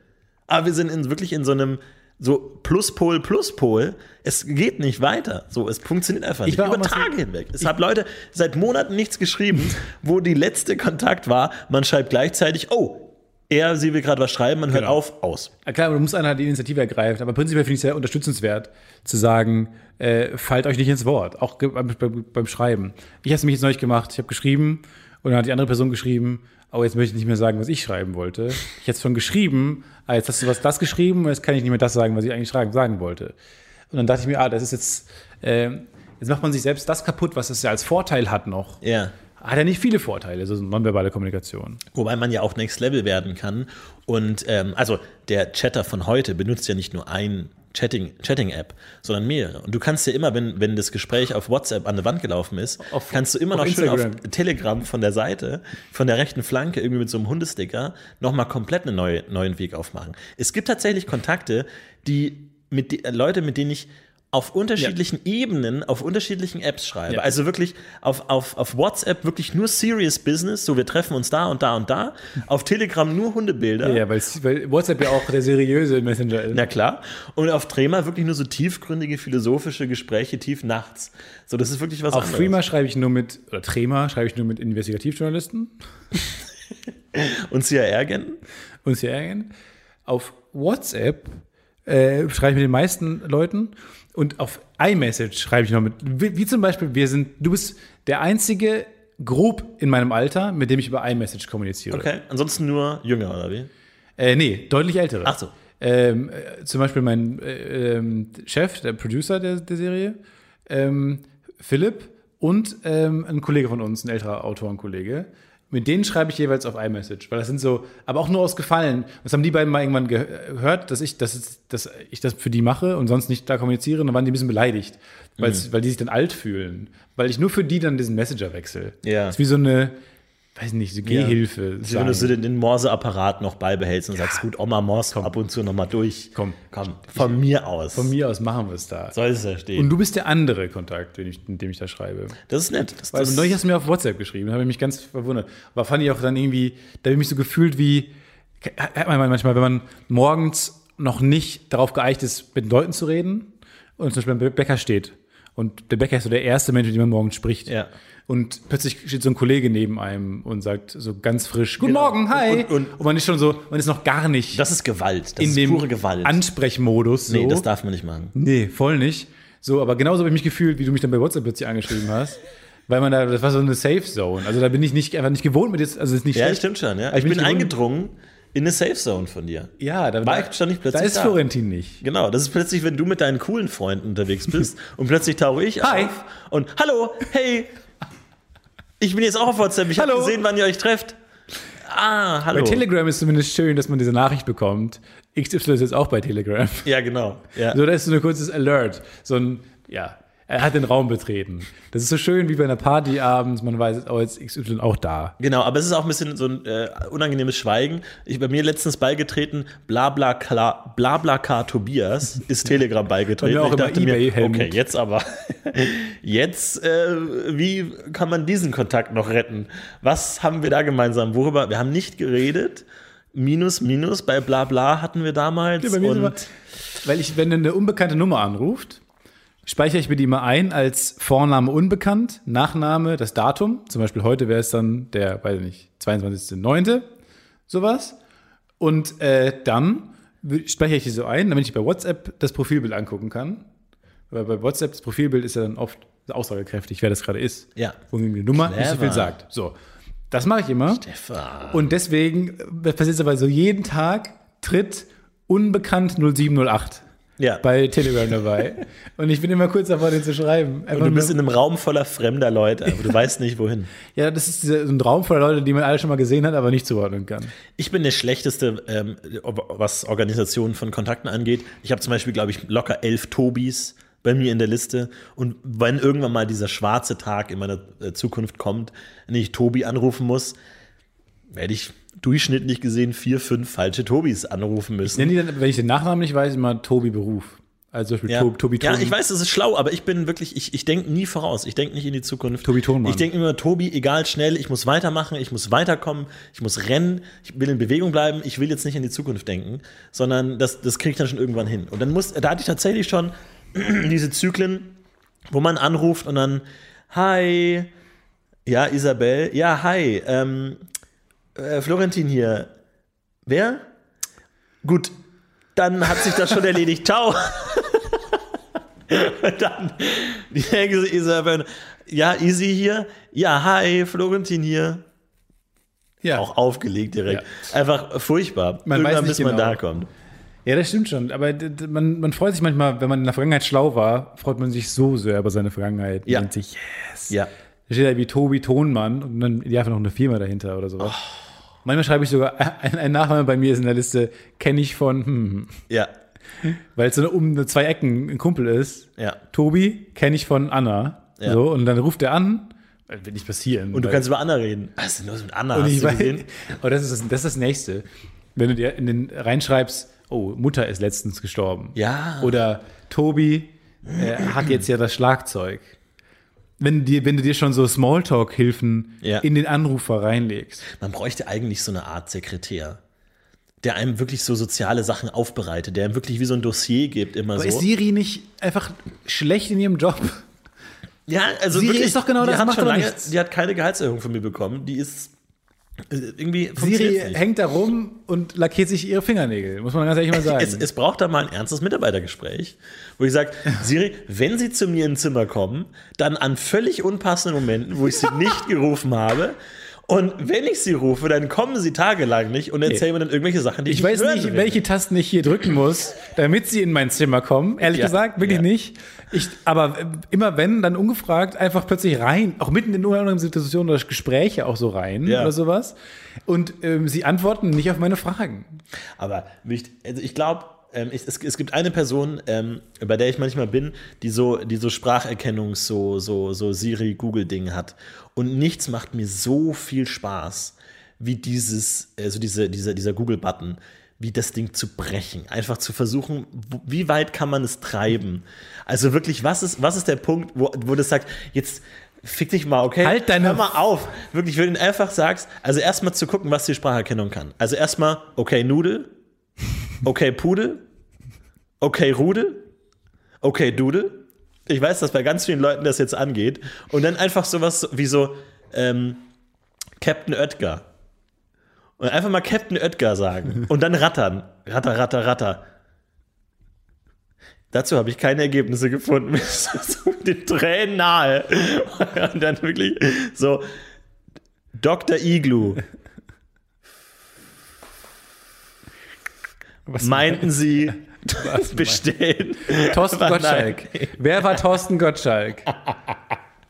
[SPEAKER 4] Aber wir sind in, wirklich in so einem so Pluspol, Pluspol. Es geht nicht weiter. So, es funktioniert einfach
[SPEAKER 3] Ich
[SPEAKER 4] nicht.
[SPEAKER 3] war auch
[SPEAKER 4] Über
[SPEAKER 3] mal so-
[SPEAKER 4] Tage hinweg. Es haben Leute seit Monaten nichts geschrieben, wo die letzte Kontakt war. Man schreibt gleichzeitig, oh, er, sie will gerade was schreiben, man hört
[SPEAKER 3] Genau.
[SPEAKER 4] auf, aus.
[SPEAKER 3] Ja, Klar, aber du musst einer halt die Initiative ergreifen, aber prinzipiell finde ich es sehr unterstützenswert, zu sagen, äh, fallt euch nicht ins Wort, auch ge- beim, beim, beim Schreiben. Ich habe es mich jetzt neulich gemacht, ich habe geschrieben und dann hat die andere Person geschrieben, oh, jetzt möchte ich nicht mehr sagen, was ich schreiben wollte. Ich hätte es schon geschrieben, ah, jetzt hast du was das geschrieben und jetzt kann ich nicht mehr das sagen, was ich eigentlich schreiben, sagen wollte. Und dann dachte ich mir, ah, das ist jetzt, äh, jetzt macht man sich selbst das kaputt, was es ja als Vorteil hat noch.
[SPEAKER 4] Ja.
[SPEAKER 3] Hat ja nicht viele Vorteile, so nonverbale Kommunikation.
[SPEAKER 4] Wobei man ja auch Next Level werden kann. Und ähm, also der Chatter von heute benutzt ja nicht nur ein Chatting- Chatting-App, sondern mehrere. Und du kannst ja immer, wenn, wenn das Gespräch auf WhatsApp an der Wand gelaufen ist,
[SPEAKER 3] Auf-
[SPEAKER 4] kannst du immer
[SPEAKER 3] auf
[SPEAKER 4] noch schön auf
[SPEAKER 3] Instagram.
[SPEAKER 4] Telegram von der Seite, von der rechten Flanke, irgendwie mit so einem Hundesticker, nochmal komplett einen neue, neuen Weg aufmachen. Es gibt tatsächlich Kontakte, die mit die, äh, Leute, mit denen ich auf unterschiedlichen Ebenen, auf unterschiedlichen Apps schreibe.
[SPEAKER 3] Ja.
[SPEAKER 4] Also wirklich auf, auf, auf WhatsApp wirklich nur Serious Business, so wir treffen uns da und da und da. Auf Telegram nur Hundebilder.
[SPEAKER 3] Ja, weil, weil WhatsApp ja auch der seriöse Messenger ist.
[SPEAKER 4] Na klar. Und auf Trema wirklich nur so tiefgründige philosophische Gespräche tief nachts. So, das ist wirklich was
[SPEAKER 3] Auf Threema schreibe ich nur mit, oder Trema schreibe ich nur mit Investigativjournalisten
[SPEAKER 4] Und CIR kennen?
[SPEAKER 3] und CRN. Auf WhatsApp äh, schreibe ich mit den meisten Leuten und auf iMessage schreibe ich noch mit, wie, wie zum Beispiel, wir sind, du bist der einzige grob in meinem Alter, mit dem ich über iMessage kommuniziere.
[SPEAKER 4] Okay. Ansonsten nur jünger, oder wie?
[SPEAKER 3] Äh, nee, deutlich ältere.
[SPEAKER 4] Ach so.
[SPEAKER 3] Ähm, äh, zum Beispiel mein äh, ähm, Chef, der Producer der, der Serie, ähm, Philipp und ähm, ein Kollege von uns, ein älterer Autorenkollege. Mit denen schreibe ich jeweils auf iMessage, weil das sind so, aber auch nur aus Gefallen. Das haben die beiden mal irgendwann ge gehört, dass ich, dass, es- dass ich das für die mache und sonst nicht da kommuniziere. Und dann waren die ein bisschen beleidigt, weil's-
[SPEAKER 4] Mhm.
[SPEAKER 3] weil die sich dann alt fühlen. Weil ich nur für die dann diesen Messenger wechsle.
[SPEAKER 4] Ja.
[SPEAKER 3] Das ist wie so eine, weiß nicht, so Gehhilfe.
[SPEAKER 4] So, Wenn du so den, den Morse-Apparat noch beibehältst und sagst, gut, Oma Morse, komm ab und zu nochmal durch.
[SPEAKER 3] Komm.
[SPEAKER 4] Komm, von mir aus.
[SPEAKER 3] Von mir aus machen wir es da.
[SPEAKER 4] Soll es da stehen.
[SPEAKER 3] Und du bist der andere Kontakt, den ich, mit dem ich da schreibe.
[SPEAKER 4] das ist nett. Das,
[SPEAKER 3] Also
[SPEAKER 4] das-
[SPEAKER 3] neulich hast du mir auf WhatsApp geschrieben, da habe ich mich ganz verwundert. Aber fand ich auch dann irgendwie, da habe ich mich so gefühlt wie, hat man manchmal, wenn man morgens noch nicht darauf geeicht ist, mit Leuten zu reden und zum Beispiel beim Bäcker steht. Und der Bäcker ist so der erste Mensch, mit dem man morgens spricht.
[SPEAKER 4] Ja.
[SPEAKER 3] Und plötzlich steht so ein Kollege neben einem und sagt so ganz frisch, Guten
[SPEAKER 4] Genau.
[SPEAKER 3] Morgen, hi.
[SPEAKER 4] Und- und-
[SPEAKER 3] man ist schon so, man ist noch gar nicht
[SPEAKER 4] das ist Gewalt. Das
[SPEAKER 3] in
[SPEAKER 4] ist
[SPEAKER 3] dem
[SPEAKER 4] pure Gewalt.
[SPEAKER 3] Ansprechmodus. So.
[SPEAKER 4] Nee, das darf man nicht machen.
[SPEAKER 3] Nee, voll nicht. So, aber genauso habe ich mich gefühlt, wie du mich dann bei WhatsApp plötzlich angeschrieben hast. Weil man da, das war so eine Safe Zone. Also da bin ich nicht, einfach nicht gewohnt mit jetzt, also das ist nicht
[SPEAKER 4] Ja,
[SPEAKER 3] schlecht.
[SPEAKER 4] stimmt schon. Ja.
[SPEAKER 3] Aber
[SPEAKER 4] Ich bin
[SPEAKER 3] nicht gewohnt-
[SPEAKER 4] eingedrungen in eine Safe Zone von dir.
[SPEAKER 3] Ja, da,
[SPEAKER 4] War ich- stand ich plötzlich
[SPEAKER 3] da ist
[SPEAKER 4] da.
[SPEAKER 3] Florentin nicht.
[SPEAKER 4] Genau, das ist plötzlich, wenn du mit deinen coolen Freunden unterwegs bist und plötzlich tauche ich
[SPEAKER 3] Hi.
[SPEAKER 4] auf und hallo, hey, ich bin jetzt auch auf WhatsApp, ich habe
[SPEAKER 3] Hallo.
[SPEAKER 4] gesehen, wann ihr euch trefft. Ah, hallo.
[SPEAKER 3] Bei Telegram ist zumindest schön, dass man diese Nachricht bekommt. XY ist jetzt auch bei Telegram.
[SPEAKER 4] ja, genau. Ja.
[SPEAKER 3] So, da ist so ein kurzes Alert. So ein, ja, er hat den Raum betreten. Das ist so schön wie bei einer Party abends, man weiß, oh, jetzt ist XY auch da.
[SPEAKER 4] Genau, aber es ist auch ein bisschen so ein äh, unangenehmes Schweigen. Ich bei mir letztens beigetreten, blabla bla, bla, bla, K Tobias ist Telegram beigetreten.
[SPEAKER 3] Bei mir auch
[SPEAKER 4] ich
[SPEAKER 3] immer
[SPEAKER 4] dachte
[SPEAKER 3] eBay,
[SPEAKER 4] mir,
[SPEAKER 3] Helmut.
[SPEAKER 4] okay, jetzt aber. Jetzt, äh, wie kann man diesen Kontakt noch retten? Was haben wir da gemeinsam? Worüber? Wir haben nicht geredet. Minus, minus, bei Blabla hatten wir damals.
[SPEAKER 3] Ja, bei mir ist
[SPEAKER 4] und
[SPEAKER 3] immer, weil ich, wenn eine unbekannte Nummer anruft, speichere ich mir die mal ein als Vorname unbekannt, Nachname, das Datum. Zum Beispiel heute wäre es dann der, weiß ich nicht, 22.09. sowas. Und äh, dann w- speichere ich die so ein, damit ich bei WhatsApp das Profilbild angucken kann. Weil bei WhatsApp das Profilbild ist ja dann oft aussagekräftig, wer das gerade ist.
[SPEAKER 4] Ja.
[SPEAKER 3] Und die Nummer nicht so viel
[SPEAKER 4] Clever.
[SPEAKER 3] sagt. So. Das mache ich immer.
[SPEAKER 4] Stefan.
[SPEAKER 3] Und deswegen passiert es aber so jeden Tag, tritt unbekannt 0708
[SPEAKER 4] Ja.
[SPEAKER 3] bei Telegram dabei. und ich bin immer kurz davor, den zu schreiben. Einfach
[SPEAKER 4] Und du bist
[SPEAKER 3] nur-
[SPEAKER 4] in einem Raum voller fremder Leute, aber du weißt nicht, wohin.
[SPEAKER 3] ja, das ist dieser, so ein Traum voller Leute, die man alle schon mal gesehen hat, aber nicht zuordnen kann.
[SPEAKER 4] Ich bin der schlechteste, ähm, ob- was Organisationen von Kontakten angeht. Ich habe zum Beispiel, glaube ich, locker elf Tobis, bei mir in der Liste. Und wenn irgendwann mal dieser schwarze Tag in meiner äh, Zukunft kommt, wenn ich Tobi anrufen muss, werde ich durchschnittlich gesehen vier, fünf falsche Tobis anrufen müssen.
[SPEAKER 3] Nennen die dann, wenn ich den Nachnamen nicht weiß, immer Tobi Beruf. Also zum Beispiel
[SPEAKER 4] Ja.
[SPEAKER 3] Tobi, Tobi
[SPEAKER 4] ja,
[SPEAKER 3] Ton.
[SPEAKER 4] ich weiß, das ist schlau, aber ich bin wirklich, ich, ich denke nie voraus. Ich denke nicht in die Zukunft.
[SPEAKER 3] Tobi Thonmann.
[SPEAKER 4] Ich denke immer, Tobi, egal, schnell, ich muss weitermachen, ich muss weiterkommen, ich muss rennen, ich will in Bewegung bleiben, ich will jetzt nicht in die Zukunft denken, sondern das, das kriege ich dann schon irgendwann hin. Und dann muss, da hatte ich tatsächlich schon diese Zyklen, wo man anruft und dann, hi, ja, Isabel, ja, hi, ähm, äh, Florentin hier, wer? Gut, dann hat sich das schon erledigt, ciao. Und dann die nächste Isabel, ja, Easy hier, ja, hi, Florentin hier.
[SPEAKER 3] Ja.
[SPEAKER 4] Auch aufgelegt direkt. Einfach furchtbar.
[SPEAKER 3] Man weiß
[SPEAKER 4] Irgendwann,
[SPEAKER 3] nicht
[SPEAKER 4] bis man
[SPEAKER 3] genau.
[SPEAKER 4] da kommt.
[SPEAKER 3] ja, das stimmt schon. Aber d- d- man, man freut sich manchmal, wenn man in der Vergangenheit schlau war, freut man sich so sehr über seine Vergangenheit.
[SPEAKER 4] Ja.
[SPEAKER 3] Man denkt sich, yes.
[SPEAKER 4] Ja.
[SPEAKER 3] Da steht da wie Tobi Tonmann und dann die einfach noch eine Firma dahinter oder sowas. Manchmal schreibe ich sogar, ein, ein Nachname bei mir ist in der Liste, kenne ich von, hm,
[SPEAKER 4] Ja.
[SPEAKER 3] weil es so eine- um zwei Ecken ein Kumpel ist.
[SPEAKER 4] Ja.
[SPEAKER 3] Tobi kenne ich von Anna.
[SPEAKER 4] Ja.
[SPEAKER 3] So, und dann ruft er an. Will nicht passieren.
[SPEAKER 4] Und du
[SPEAKER 3] weil-
[SPEAKER 4] kannst über Anna reden. Was ist denn los mit Anna?
[SPEAKER 3] Und
[SPEAKER 4] Hast
[SPEAKER 3] ich
[SPEAKER 4] du
[SPEAKER 3] weiß,
[SPEAKER 4] gesehen?
[SPEAKER 3] aber das ist das, das ist das Nächste. Wenn du dir in den reinschreibst, oh, Mutter ist letztens gestorben.
[SPEAKER 4] Ja.
[SPEAKER 3] Oder Tobi äh, hat jetzt ja das Schlagzeug. Wenn, dir, wenn du dir schon so Smalltalk-Hilfen
[SPEAKER 4] Ja.
[SPEAKER 3] in den Anrufer reinlegst.
[SPEAKER 4] Man bräuchte eigentlich so eine Art Sekretär, der einem wirklich so soziale Sachen aufbereitet, der einem wirklich wie so ein Dossier gibt, immer
[SPEAKER 3] Aber
[SPEAKER 4] so.
[SPEAKER 3] ist Siri nicht einfach schlecht in ihrem Job?
[SPEAKER 4] Ja, also
[SPEAKER 3] Siri
[SPEAKER 4] wirklich,
[SPEAKER 3] ist doch genau
[SPEAKER 4] die
[SPEAKER 3] das,
[SPEAKER 4] Hat
[SPEAKER 3] macht
[SPEAKER 4] schon
[SPEAKER 3] doch
[SPEAKER 4] lange,
[SPEAKER 3] nichts.
[SPEAKER 4] die hat keine Gehaltserhöhung von mir bekommen. Die ist äh, irgendwie
[SPEAKER 3] Siri
[SPEAKER 4] funktioniert's nicht.
[SPEAKER 3] hängt da rum und lackiert sich ihre Fingernägel, muss man ganz ehrlich mal sagen.
[SPEAKER 4] Es, es braucht da mal ein ernstes Mitarbeitergespräch, wo ich sage, Siri, wenn Sie zu mir ins Zimmer kommen, dann an völlig unpassenden Momenten, wo ich Sie nicht gerufen habe. Und wenn ich Sie rufe, dann kommen Sie tagelang nicht und erzählen mir dann irgendwelche Sachen, die ich,
[SPEAKER 3] Ich weiß
[SPEAKER 4] hören
[SPEAKER 3] nicht,
[SPEAKER 4] will.
[SPEAKER 3] welche Tasten ich hier drücken muss, damit sie in mein Zimmer kommen. Ehrlich
[SPEAKER 4] Ja,
[SPEAKER 3] gesagt, wirklich
[SPEAKER 4] ja.
[SPEAKER 3] nicht. Ich, aber äh, immer wenn, dann ungefragt einfach plötzlich rein, auch mitten in unangenehmen Situationen oder Gespräche auch so rein
[SPEAKER 4] Ja.
[SPEAKER 3] oder sowas. Und ähm, sie antworten nicht auf meine Fragen.
[SPEAKER 4] Aber wichtig, also ich glaube, ähm, es, es, es gibt eine Person, ähm, bei der ich manchmal bin, die so, die so Spracherkennungs-, so, so, so Siri-Google-Ding hat. Und nichts macht mir so viel Spaß, wie dieses, also diese, dieser, dieser Google-Button, wie das Ding zu brechen. Einfach zu versuchen, wo, wie weit kann man es treiben? Also wirklich, was ist, was ist der Punkt, wo, wo das sagt, jetzt fick dich mal, okay?
[SPEAKER 3] Halt deine
[SPEAKER 4] Hör mal auf. Wirklich, wenn du einfach sagst, also erstmal zu gucken, was die Spracherkennung kann. Also erstmal, okay, Nudel, okay, Pudel, okay, Rudel, okay, Dudel. Ich weiß, dass bei ganz vielen Leuten das jetzt angeht. Und dann einfach sowas wie so ähm, Captain Oetker. Und einfach mal Captain Oetker sagen. Und dann rattern. Ratter, ratter, ratter. Dazu habe ich keine Ergebnisse gefunden. Mir ist das so mit den Tränen nahe. Und dann wirklich so Dr. Igloo.
[SPEAKER 3] Was
[SPEAKER 4] Meinten Sie bestellen?
[SPEAKER 3] Thorsten
[SPEAKER 4] Aber
[SPEAKER 3] Gottschalk. Wer war Thorsten Gottschalk?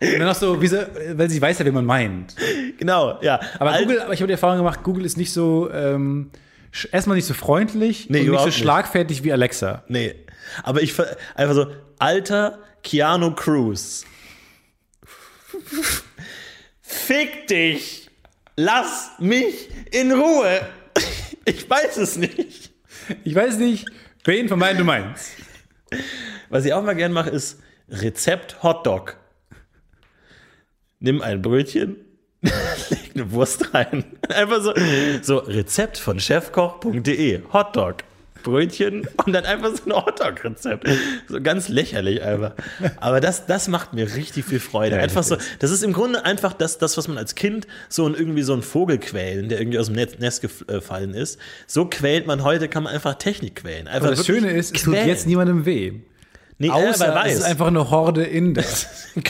[SPEAKER 3] Und dann noch so, wieso, äh, weil sie weiß ja, wen man meint.
[SPEAKER 4] Genau, ja.
[SPEAKER 3] Aber
[SPEAKER 4] Al-
[SPEAKER 3] Google, aber ich habe die Erfahrung gemacht, Google ist nicht so, ähm, sch- erstmal nicht so freundlich und
[SPEAKER 4] Nee,
[SPEAKER 3] nicht
[SPEAKER 4] überhaupt
[SPEAKER 3] so
[SPEAKER 4] nicht.
[SPEAKER 3] schlagfertig wie Alexa.
[SPEAKER 4] Nee. Aber ich ver- einfach so, alter Keanu Cruz. Fick dich! Lass mich in Ruhe! Ich weiß es nicht.
[SPEAKER 3] Ich weiß nicht, wen von beiden du meinst.
[SPEAKER 4] Was ich auch mal gern mache, ist Rezept Hotdog. Nimm ein Brötchen, leg eine Wurst rein. Einfach so, so Rezept von chefkoch.de, Hotdog. Brötchen und dann einfach so ein Hotdog-Rezept. So ganz lächerlich einfach. Aber das, das macht mir richtig viel Freude. einfach so, das ist im Grunde einfach das, das, was man als Kind so ein, irgendwie so ein Vogel quälen, der irgendwie aus dem Netz, Nest gefallen ist. So quält man heute, kann man einfach Technik quälen. Einfach
[SPEAKER 3] Aber das
[SPEAKER 4] wirklich
[SPEAKER 3] Schöne ist, es tut
[SPEAKER 4] quälen.
[SPEAKER 3] jetzt niemandem weh.
[SPEAKER 4] Nee, äh,
[SPEAKER 3] Außer
[SPEAKER 4] aber
[SPEAKER 3] es ist einfach eine Horde Inder.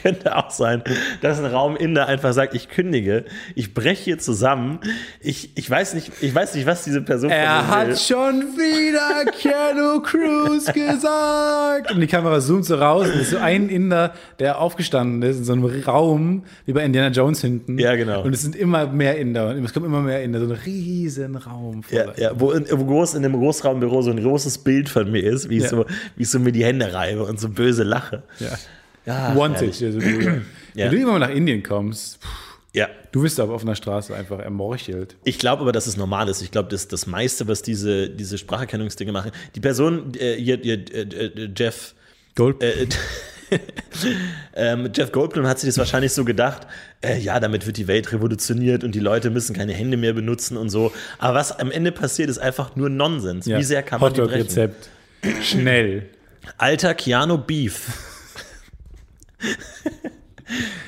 [SPEAKER 4] könnte auch sein, dass ein Raum Inder einfach sagt, ich kündige, ich breche hier zusammen. Ich, ich, weiß nicht, ich weiß nicht, was diese Person
[SPEAKER 3] Er
[SPEAKER 4] von mir will.
[SPEAKER 3] hat schon wieder Keanu Cruz gesagt. Und Um die Kamera zoomt so raus. Und es ist so ein Inder, der aufgestanden ist in so einem Raum, wie bei Indiana Jones hinten.
[SPEAKER 4] Ja, genau.
[SPEAKER 3] Und es sind immer mehr Inder. Und es kommen immer mehr Inder. So ein riesen Raum.
[SPEAKER 4] Ja, ja, wo, in, wo groß in einem Großraumbüro so ein großes Bild von mir ist, wie, ich,
[SPEAKER 3] Ja.
[SPEAKER 4] so, wie ich so mir die Hände reibe Stimme und so böse Lache.
[SPEAKER 3] Ja.
[SPEAKER 4] Ja,
[SPEAKER 3] Wanted.
[SPEAKER 4] herrlich.
[SPEAKER 3] Also, du,
[SPEAKER 4] Ja.
[SPEAKER 3] Wenn du immer mal nach Indien kommst, pff,
[SPEAKER 4] Ja.
[SPEAKER 3] du wirst aber auf einer Straße einfach ermorchelt.
[SPEAKER 4] Ich glaube aber, dass es normal ist. Ich glaube, dass das meiste, was diese, diese Spracherkennungsdinge machen, die Person, äh, ihr, ihr, äh, äh, Jeff,
[SPEAKER 3] Gold.
[SPEAKER 4] äh, ähm, Jeff Goldblum hat sich das wahrscheinlich so gedacht, äh, ja, damit wird die Welt revolutioniert und die Leute müssen keine Hände mehr benutzen und so. Aber was am Ende passiert, ist einfach nur Nonsens.
[SPEAKER 3] Ja.
[SPEAKER 4] Wie sehr kann man die brechen?
[SPEAKER 3] Hotdog-Rezept. Schnell.
[SPEAKER 4] Alter Keanu Beef.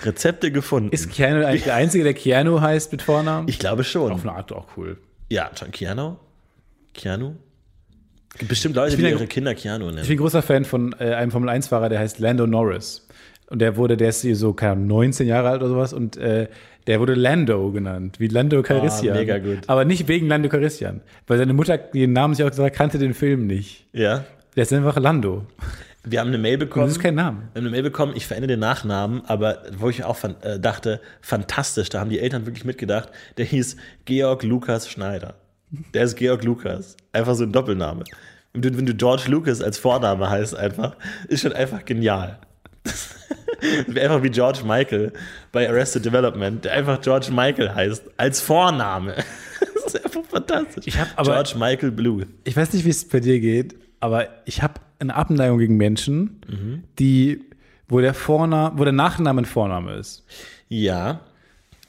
[SPEAKER 4] Rezepte gefunden.
[SPEAKER 3] Ist Keanu eigentlich der Einzige, der Keanu heißt mit Vornamen?
[SPEAKER 4] ich glaube schon.
[SPEAKER 3] Auf eine Art auch cool.
[SPEAKER 4] Ja, John Keanu. Keanu. Gibt bestimmt Leute, die
[SPEAKER 3] bin ein-
[SPEAKER 4] ihre Kinder Keanu nennen.
[SPEAKER 3] Ich bin großer Fan von äh, einem Formel-1-Fahrer, der heißt Lando Norris. Und der wurde, der ist hier so, keine Ahnung, 19 Jahre alt oder sowas. Und äh, der wurde Lando genannt, wie Lando Calrissian.
[SPEAKER 4] mega gut.
[SPEAKER 3] Aber nicht wegen Lando Calrissian. Weil seine Mutter, den Namen sich auch gesagt hat, kannte den Film nicht.
[SPEAKER 4] ja.
[SPEAKER 3] Der ist einfach Lando.
[SPEAKER 4] Wir haben eine Mail bekommen.
[SPEAKER 3] Das ist kein Name.
[SPEAKER 4] Wir haben eine Mail bekommen, ich verändere den Nachnamen, aber wo ich auch fan- äh, dachte, fantastisch, da haben die Eltern wirklich mitgedacht, der hieß Georg Lukas Schneider. Der ist Georg Lukas. Einfach so ein Doppelname. Und du- wenn du George Lucas als Vorname heißt, einfach, ist schon einfach genial. Das wäre einfach wie George Michael bei Arrested Development, der einfach George Michael heißt, als Vorname. Das ist einfach fantastisch.
[SPEAKER 3] Ich hab aber-
[SPEAKER 4] George Michael Blue.
[SPEAKER 3] Ich weiß nicht, wie es bei dir geht, aber ich habe eine Abneigung gegen Menschen,
[SPEAKER 4] Mhm.
[SPEAKER 3] die, wo der Vorname, wo der Nachname ein Vorname ist.
[SPEAKER 4] Ja.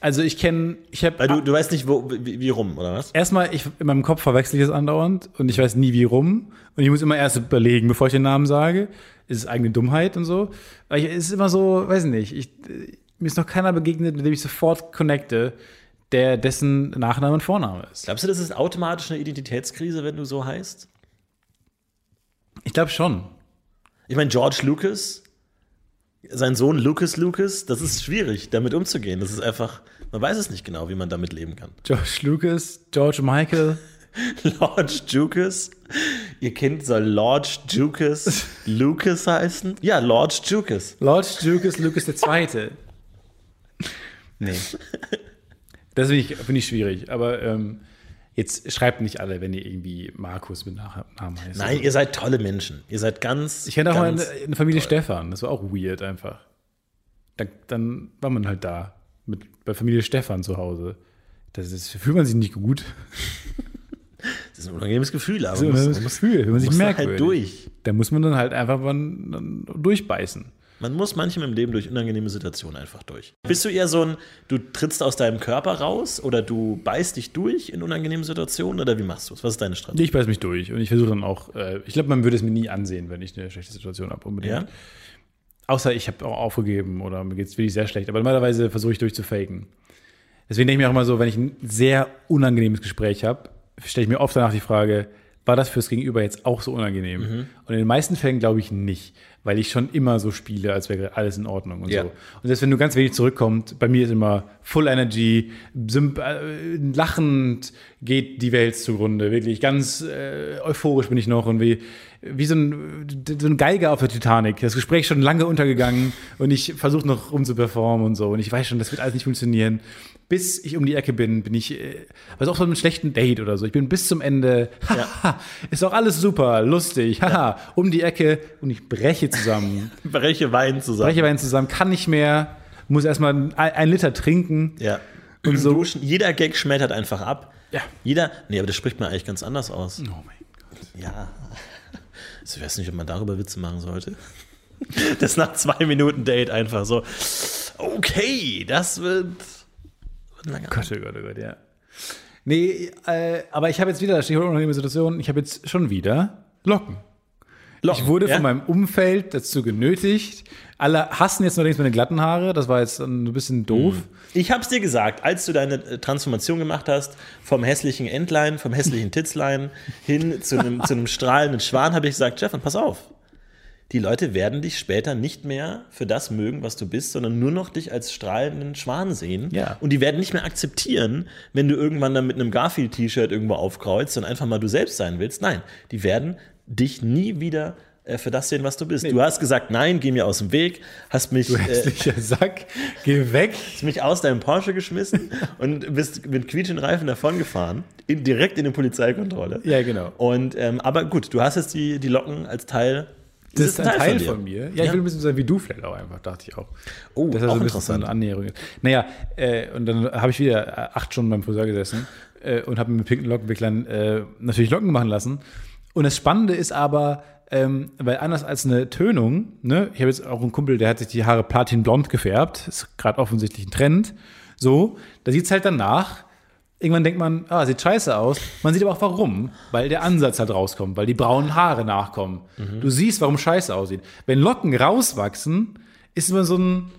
[SPEAKER 3] Also ich kenne, ich habe
[SPEAKER 4] Weil du, du weißt nicht, wo, wie, wie rum, oder was?
[SPEAKER 3] erstmal, ich, in meinem Kopf verwechsel ich das andauernd und ich weiß nie wie rum. Und ich muss immer erst überlegen, bevor ich den Namen sage. Ist es eigene Dummheit und so. Weil ich, es ist immer so, weiß nicht, ich, äh, mir ist noch keiner begegnet, mit dem ich sofort connecte, der dessen Nachname und Vorname ist.
[SPEAKER 4] Glaubst du, das ist automatisch eine Identitätskrise, wenn du so heißt?
[SPEAKER 3] Ich glaube schon.
[SPEAKER 4] Ich meine, George Lucas, sein Sohn Lucas Lucas, das ist schwierig, damit umzugehen. Das ist einfach, man weiß es nicht genau, wie man damit leben kann.
[SPEAKER 3] George Lucas, George Michael.
[SPEAKER 4] Lord Jukas, ihr Kind soll Lord Jukas Lucas heißen? Ja, Lord Jukas.
[SPEAKER 3] Lord Lucas, Lucas der Zweite. Nee. Das finde ich, find ich schwierig. Aber ähm, jetzt schreibt nicht alle, wenn ihr irgendwie Markus mit Nach- Namen heißt. Also,
[SPEAKER 4] Nein, ihr seid tolle Menschen. Ihr seid ganz.
[SPEAKER 3] ich kenne auch mal eine,
[SPEAKER 4] ganz,
[SPEAKER 3] eine Familie Stefan. Das war auch weird einfach. Dann, dann war man halt da. Mit, bei Familie Stefan zu Hause. Das ist, fühlt man sich nicht gut.
[SPEAKER 4] Das ist ein unangenehmes Gefühl, aber
[SPEAKER 3] Das
[SPEAKER 4] man
[SPEAKER 3] ist immer
[SPEAKER 4] muss,
[SPEAKER 3] das Gefühl, wenn man sich
[SPEAKER 4] muss da
[SPEAKER 3] merkwürdig.
[SPEAKER 4] halt durch.
[SPEAKER 3] Da muss man dann halt einfach mal dann durchbeißen.
[SPEAKER 4] Man muss manchem im Leben durch unangenehme Situationen einfach durch. Bist du eher so ein, du trittst aus deinem Körper raus oder du beißt dich durch in unangenehmen Situationen oder wie machst du es? Was ist deine Strategie?
[SPEAKER 3] Ich beiß mich durch und ich versuche dann auch, äh, ich glaube, man würde es mir nie ansehen, wenn ich eine schlechte Situation habe, unbedingt.
[SPEAKER 4] Ja?
[SPEAKER 3] Außer ich habe auch aufgegeben oder mir geht es wirklich sehr schlecht. Aber normalerweise versuche ich durchzufaken. Deswegen denke ich mir auch immer so, wenn ich ein sehr unangenehmes Gespräch habe, stelle ich mir oft danach die Frage, war das fürs Gegenüber jetzt auch so unangenehm?
[SPEAKER 4] Mhm.
[SPEAKER 3] Und in den meisten Fällen glaube ich nicht, weil ich schon immer so spiele, als wäre alles in Ordnung und
[SPEAKER 4] Ja.
[SPEAKER 3] so. Und selbst wenn du ganz wenig zurückkommst, bei mir ist immer Full Energy, symp äh, lachend geht die Welt zugrunde. Wirklich ganz äh, euphorisch bin ich noch und wie, wie so, ein, so ein Geiger auf der Titanic. Das Gespräch ist schon lange untergegangen und ich versuche noch rumzuperformen und so. Und ich weiß schon, das wird alles nicht funktionieren. Bis ich um die Ecke bin, bin ich, äh, also auch so einem schlechten Date oder so. Ich bin bis zum Ende, haha, ist doch alles super, lustig, haha, um die Ecke und ich breche zusammen.
[SPEAKER 4] Breche Wein zusammen.
[SPEAKER 3] breche Wein zusammen, kann nicht mehr, muss erstmal ein, ein Liter trinken.
[SPEAKER 4] Ja.
[SPEAKER 3] Und so-
[SPEAKER 4] Duschen. Jeder Gag schmettert einfach ab.
[SPEAKER 3] Ja.
[SPEAKER 4] Jeder. Nee, aber das spricht man eigentlich ganz anders aus.
[SPEAKER 3] Oh mein
[SPEAKER 4] Ja. Ich weiß nicht, ob man darüber Witze machen sollte. Das nach zwei Minuten Date einfach so. Okay, das wird. wird lange.
[SPEAKER 3] Gott, oh Gott, oh Gott, ja. Nee, äh, aber ich habe jetzt wieder, Stichwort unangenehme Situation, ich habe jetzt schon wieder Locken. Ich wurde
[SPEAKER 4] ja?
[SPEAKER 3] von meinem Umfeld dazu genötigt. Alle hassen jetzt allerdings meine glatten Haare, das war jetzt ein bisschen doof.
[SPEAKER 4] Ich hab's dir gesagt, als du deine äh, Transformation gemacht hast, vom hässlichen Entlein, vom hässlichen Titzlein hin zu einem, zu einem strahlenden Schwan, habe ich gesagt, Stefan, pass auf. Die Leute werden dich später nicht mehr für das mögen, was du bist, sondern nur noch dich als strahlenden Schwan sehen.
[SPEAKER 3] Ja.
[SPEAKER 4] Und die werden nicht mehr akzeptieren, wenn du irgendwann dann mit einem Garfield-T-Shirt irgendwo aufkreuzt und einfach mal du selbst sein willst. Nein, die werden dich nie wieder äh, für das sehen, was du bist. Du hast gesagt, nein, geh mir aus dem Weg, hast mich äh,
[SPEAKER 3] Hässlicher Sack, geh weg.
[SPEAKER 4] hast mich aus deinem Porsche geschmissen und bist mit quietschenden Reifen davongefahren, in, direkt in die Polizeikontrolle.
[SPEAKER 3] Ja, genau.
[SPEAKER 4] Und ähm, aber gut, du hast jetzt die, die Locken als Teil
[SPEAKER 3] Das ist ein Teil,
[SPEAKER 4] dir.
[SPEAKER 3] von mir. Ja, ich will ein bisschen sein wie du vielleicht auch einfach, dachte ich auch.
[SPEAKER 4] Oh,
[SPEAKER 3] Dass er
[SPEAKER 4] auch
[SPEAKER 3] so ein bisschen so
[SPEAKER 4] interessant.
[SPEAKER 3] eine Annäherung ist. Naja, äh, und dann habe ich wieder äh, acht Stunden beim Friseur gesessen äh, und habe mir mit pinken Lockenwicklern äh, natürlich Locken machen lassen. Und das Spannende ist aber, ähm, weil anders als eine Tönung, ne, ich habe jetzt auch einen Kumpel, der hat sich die Haare platinblond gefärbt, ist gerade offensichtlich ein Trend, so, da sieht es halt danach, irgendwann denkt man, ah, sieht scheiße aus. Man sieht aber auch warum, weil der Ansatz halt rauskommt, weil die braunen Haare nachkommen. Du siehst, warum scheiße aussieht. Wenn Locken rauswachsen, ist immer so ein,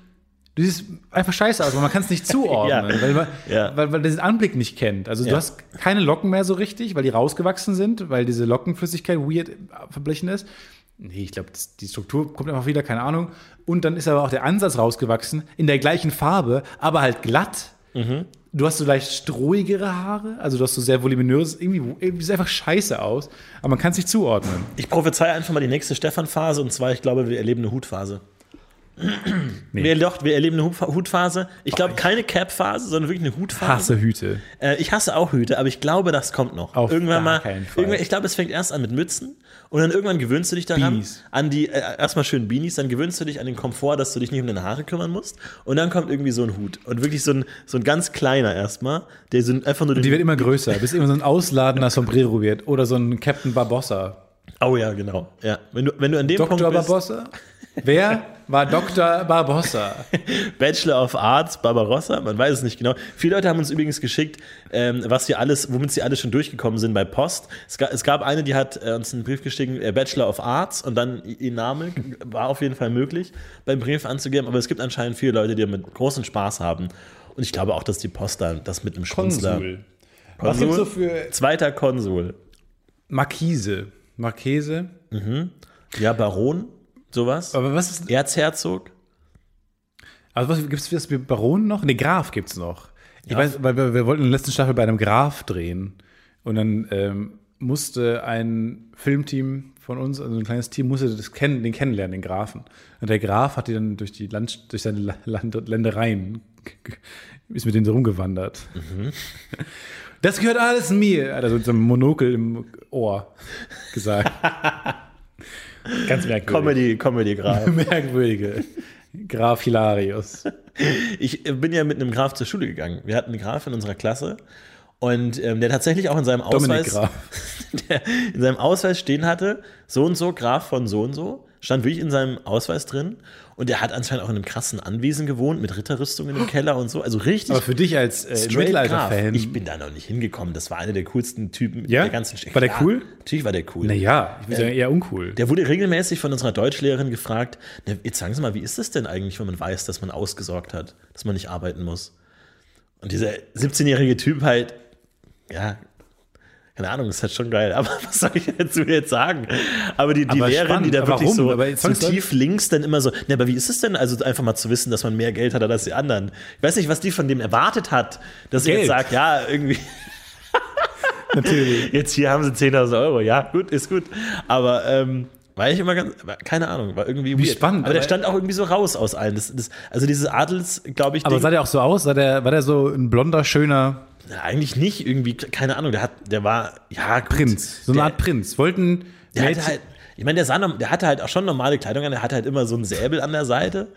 [SPEAKER 3] du siehst einfach scheiße aus, aber man kann es nicht zuordnen,
[SPEAKER 4] Ja.
[SPEAKER 3] weil, man,
[SPEAKER 4] Ja.
[SPEAKER 3] weil, weil man diesen Anblick nicht kennt. Also du
[SPEAKER 4] Ja.
[SPEAKER 3] hast keine Locken mehr so richtig, weil die rausgewachsen sind, weil diese Lockenflüssigkeit weird äh, verblichen ist. Nee, ich glaube, die Struktur kommt einfach wieder, keine Ahnung. Und dann ist aber auch der Ansatz rausgewachsen, in der gleichen Farbe, aber halt glatt.
[SPEAKER 4] Mhm.
[SPEAKER 3] Du hast so leicht strohigere Haare, also du hast so sehr voluminöses, irgendwie, irgendwie sieht einfach scheiße aus, aber man kann es nicht zuordnen.
[SPEAKER 4] Ich prophezei einfach mal die nächste Stefan-Phase und zwar, ich glaube, wir erleben eine Hutphase. Wir, doch, wir erleben eine Hutfa- Hutphase. Ich glaube, keine Cap-Phase, sondern wirklich eine Hutphase.
[SPEAKER 3] Hasse Hüte.
[SPEAKER 4] Äh, ich hasse auch Hüte, aber ich glaube, das kommt noch.
[SPEAKER 3] Auf
[SPEAKER 4] irgendwann
[SPEAKER 3] gar
[SPEAKER 4] mal.
[SPEAKER 3] keinen Fall.
[SPEAKER 4] Irgendwann, ich glaube, es fängt erst an mit Mützen und dann irgendwann gewöhnst du dich daran
[SPEAKER 3] Beanies.
[SPEAKER 4] an die äh, erstmal schön Beanies, dann gewöhnst du dich an den Komfort, dass du dich nicht um deine Haare kümmern musst und dann kommt irgendwie so ein Hut und wirklich so ein so ein ganz kleiner erstmal, der so ein- einfach nur den
[SPEAKER 3] Die wird immer größer, bis immer so ein ausladender Sombrero wird oder so ein Captain Barbossa.
[SPEAKER 4] Oh ja, genau. Ja, wenn du wenn du an dem
[SPEAKER 3] Dr.
[SPEAKER 4] Punkt bist,
[SPEAKER 3] Barbossa? Wer war Dr. Barbossa?
[SPEAKER 4] Bachelor of Arts, Barbarossa, man weiß es nicht genau. Viele Leute haben uns übrigens geschickt, ähm, was sie alles, womit sie alle schon durchgekommen sind bei Post. Es, ga, es gab eine, die hat äh, uns einen Brief geschickt, äh, Bachelor of Arts und dann i- ihr Name war auf jeden Fall möglich, beim Brief anzugeben. Aber es gibt anscheinend viele Leute, die damit großen Spaß haben. Und ich glaube auch, dass die Post da das mit einem Schmunzler.
[SPEAKER 3] Was gibt's so
[SPEAKER 4] Konsul.
[SPEAKER 3] für
[SPEAKER 4] Zweiter Konsul.
[SPEAKER 3] Markise? Markese?
[SPEAKER 4] Ja, Baron, sowas.
[SPEAKER 3] Aber was ist.
[SPEAKER 4] Erzherzog.
[SPEAKER 3] Also was gibt's für das für Baron noch? Ne, Graf gibt's noch. Ich weiß, weil wir, wir wollten in der letzten Staffel bei einem Graf drehen. Und dann ähm, musste ein Filmteam von uns, also ein kleines Team, musste das kennen, den kennenlernen, den Grafen. Und der Graf hat die dann durch die Land, durch seine La- Land, Ländereien ist mit denen so rumgewandert. Das gehört alles mir, hat er so mit so einem Monokel im Ohr gesagt. Ganz merkwürdig.
[SPEAKER 4] Comedy, Comedy Graf.
[SPEAKER 3] Merkwürdige. Graf Hilarius.
[SPEAKER 4] Ich äh, bin ja mit einem Graf zur Schule gegangen. Wir hatten einen Graf in unserer Klasse und ähm, der tatsächlich auch in seinem
[SPEAKER 3] Dominik
[SPEAKER 4] Ausweis,
[SPEAKER 3] Graf.
[SPEAKER 4] der in seinem Ausweis stehen hatte, so und so Graf von so und so, stand wirklich in seinem Ausweis drin und der hat anscheinend auch in einem krassen Anwesen gewohnt mit Ritterrüstungen im Keller und so, also richtig.
[SPEAKER 3] Aber für dich als äh,
[SPEAKER 4] straight Graf.
[SPEAKER 3] Mittelalter-Fan.
[SPEAKER 4] Ich bin da noch nicht hingekommen. Das war einer der coolsten Typen
[SPEAKER 3] Ja?
[SPEAKER 4] der ganzen Sch-
[SPEAKER 3] War der
[SPEAKER 4] Ja,
[SPEAKER 3] cool?
[SPEAKER 4] Natürlich war der cool.
[SPEAKER 3] Naja, ich würde sagen, eher uncool.
[SPEAKER 4] Der wurde regelmäßig von unserer Deutschlehrerin gefragt, "Ne, jetzt sagen Sie mal, wie ist es denn eigentlich, wenn man weiß, dass man ausgesorgt hat, dass man nicht arbeiten muss? Und dieser 17-jährige Typ halt, ja, keine Ahnung, ist halt schon geil, aber was soll ich dazu jetzt sagen? Aber die, die
[SPEAKER 3] Aber
[SPEAKER 4] Lehrerin, die
[SPEAKER 3] spannend,
[SPEAKER 4] da
[SPEAKER 3] aber
[SPEAKER 4] wirklich
[SPEAKER 3] warum? Aber
[SPEAKER 4] so,
[SPEAKER 3] jetzt
[SPEAKER 4] so
[SPEAKER 3] soll's-
[SPEAKER 4] tief links dann immer so, ne, aber wie ist es denn, also einfach mal zu wissen, dass man mehr Geld hat als die anderen? Ich weiß nicht, was die von dem erwartet hat, dass er
[SPEAKER 3] Geld.
[SPEAKER 4] jetzt sagt, ja, irgendwie.
[SPEAKER 3] Natürlich.
[SPEAKER 4] Jetzt hier haben sie 10.000 Euro. Ja, gut, ist gut. Aber ähm, war ich immer ganz, war- keine Ahnung, war irgendwie weird.
[SPEAKER 3] spannend,
[SPEAKER 4] Aber der
[SPEAKER 3] aber-
[SPEAKER 4] stand auch irgendwie so raus aus allen. Das, das, also dieses Adels, glaube ich,
[SPEAKER 3] Aber
[SPEAKER 4] Ding-
[SPEAKER 3] sah der auch so aus? Sah der, war der so ein blonder, schöner
[SPEAKER 4] Na, eigentlich nicht irgendwie, keine Ahnung. Der hat, der war, ja, gut.
[SPEAKER 3] Prinz? So eine
[SPEAKER 4] der,
[SPEAKER 3] Art Prinz. Wollten
[SPEAKER 4] Der hatte
[SPEAKER 3] Mädchen-
[SPEAKER 4] halt, ich meine, der, sah, norm- der hatte halt auch schon normale Kleidung an. Der hatte halt immer so einen Säbel an der Seite.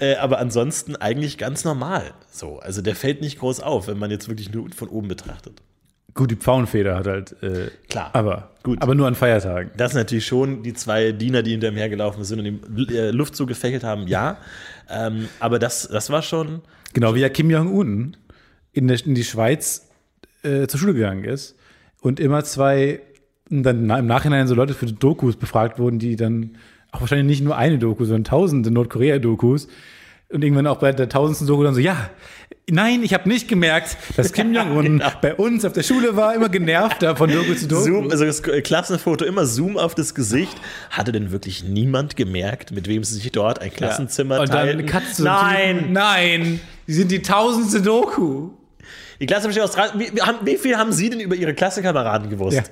[SPEAKER 3] Ja.
[SPEAKER 4] Äh, aber ansonsten eigentlich ganz normal. So, also der fällt nicht groß auf, wenn man jetzt wirklich nur von oben betrachtet.
[SPEAKER 3] gut, die Pfauenfeder hat halt. Äh,
[SPEAKER 4] Klar.
[SPEAKER 3] Aber,
[SPEAKER 4] Gut.
[SPEAKER 3] aber nur an Feiertagen.
[SPEAKER 4] Das natürlich schon, die zwei Diener, die hinter ihm hergelaufen sind und ihm äh, Luft zugefächelt haben, ja. Ähm, aber das, das war schon.
[SPEAKER 3] Genau wie ja Kim Jong-un in, der- in die Schweiz äh, zur Schule gegangen ist und immer zwei, und dann na- im Nachhinein so Leute für Dokus befragt wurden, die dann auch wahrscheinlich nicht nur eine Doku, sondern tausende Nordkorea-Dokus und irgendwann auch bei der tausendsten Doku dann so, ja, nein, ich habe nicht gemerkt, dass Kim Jong-un
[SPEAKER 4] genau.
[SPEAKER 3] bei uns auf der Schule war, immer genervter von Doku zu Doku.
[SPEAKER 4] Zoom, also das Klassenfoto, immer Zoom auf das Gesicht. Hatte denn wirklich niemand gemerkt, mit wem sie sich dort ein Klassenzimmer
[SPEAKER 3] und dann
[SPEAKER 4] teilen?
[SPEAKER 3] eine Katze.
[SPEAKER 4] Nein!
[SPEAKER 3] Nein! Die sind die tausendste Doku.
[SPEAKER 4] Die Klasse besteht aus drei. Wie, wie haben- wie viel haben Sie denn über Ihre Klassenkameraden gewusst?
[SPEAKER 3] Ja.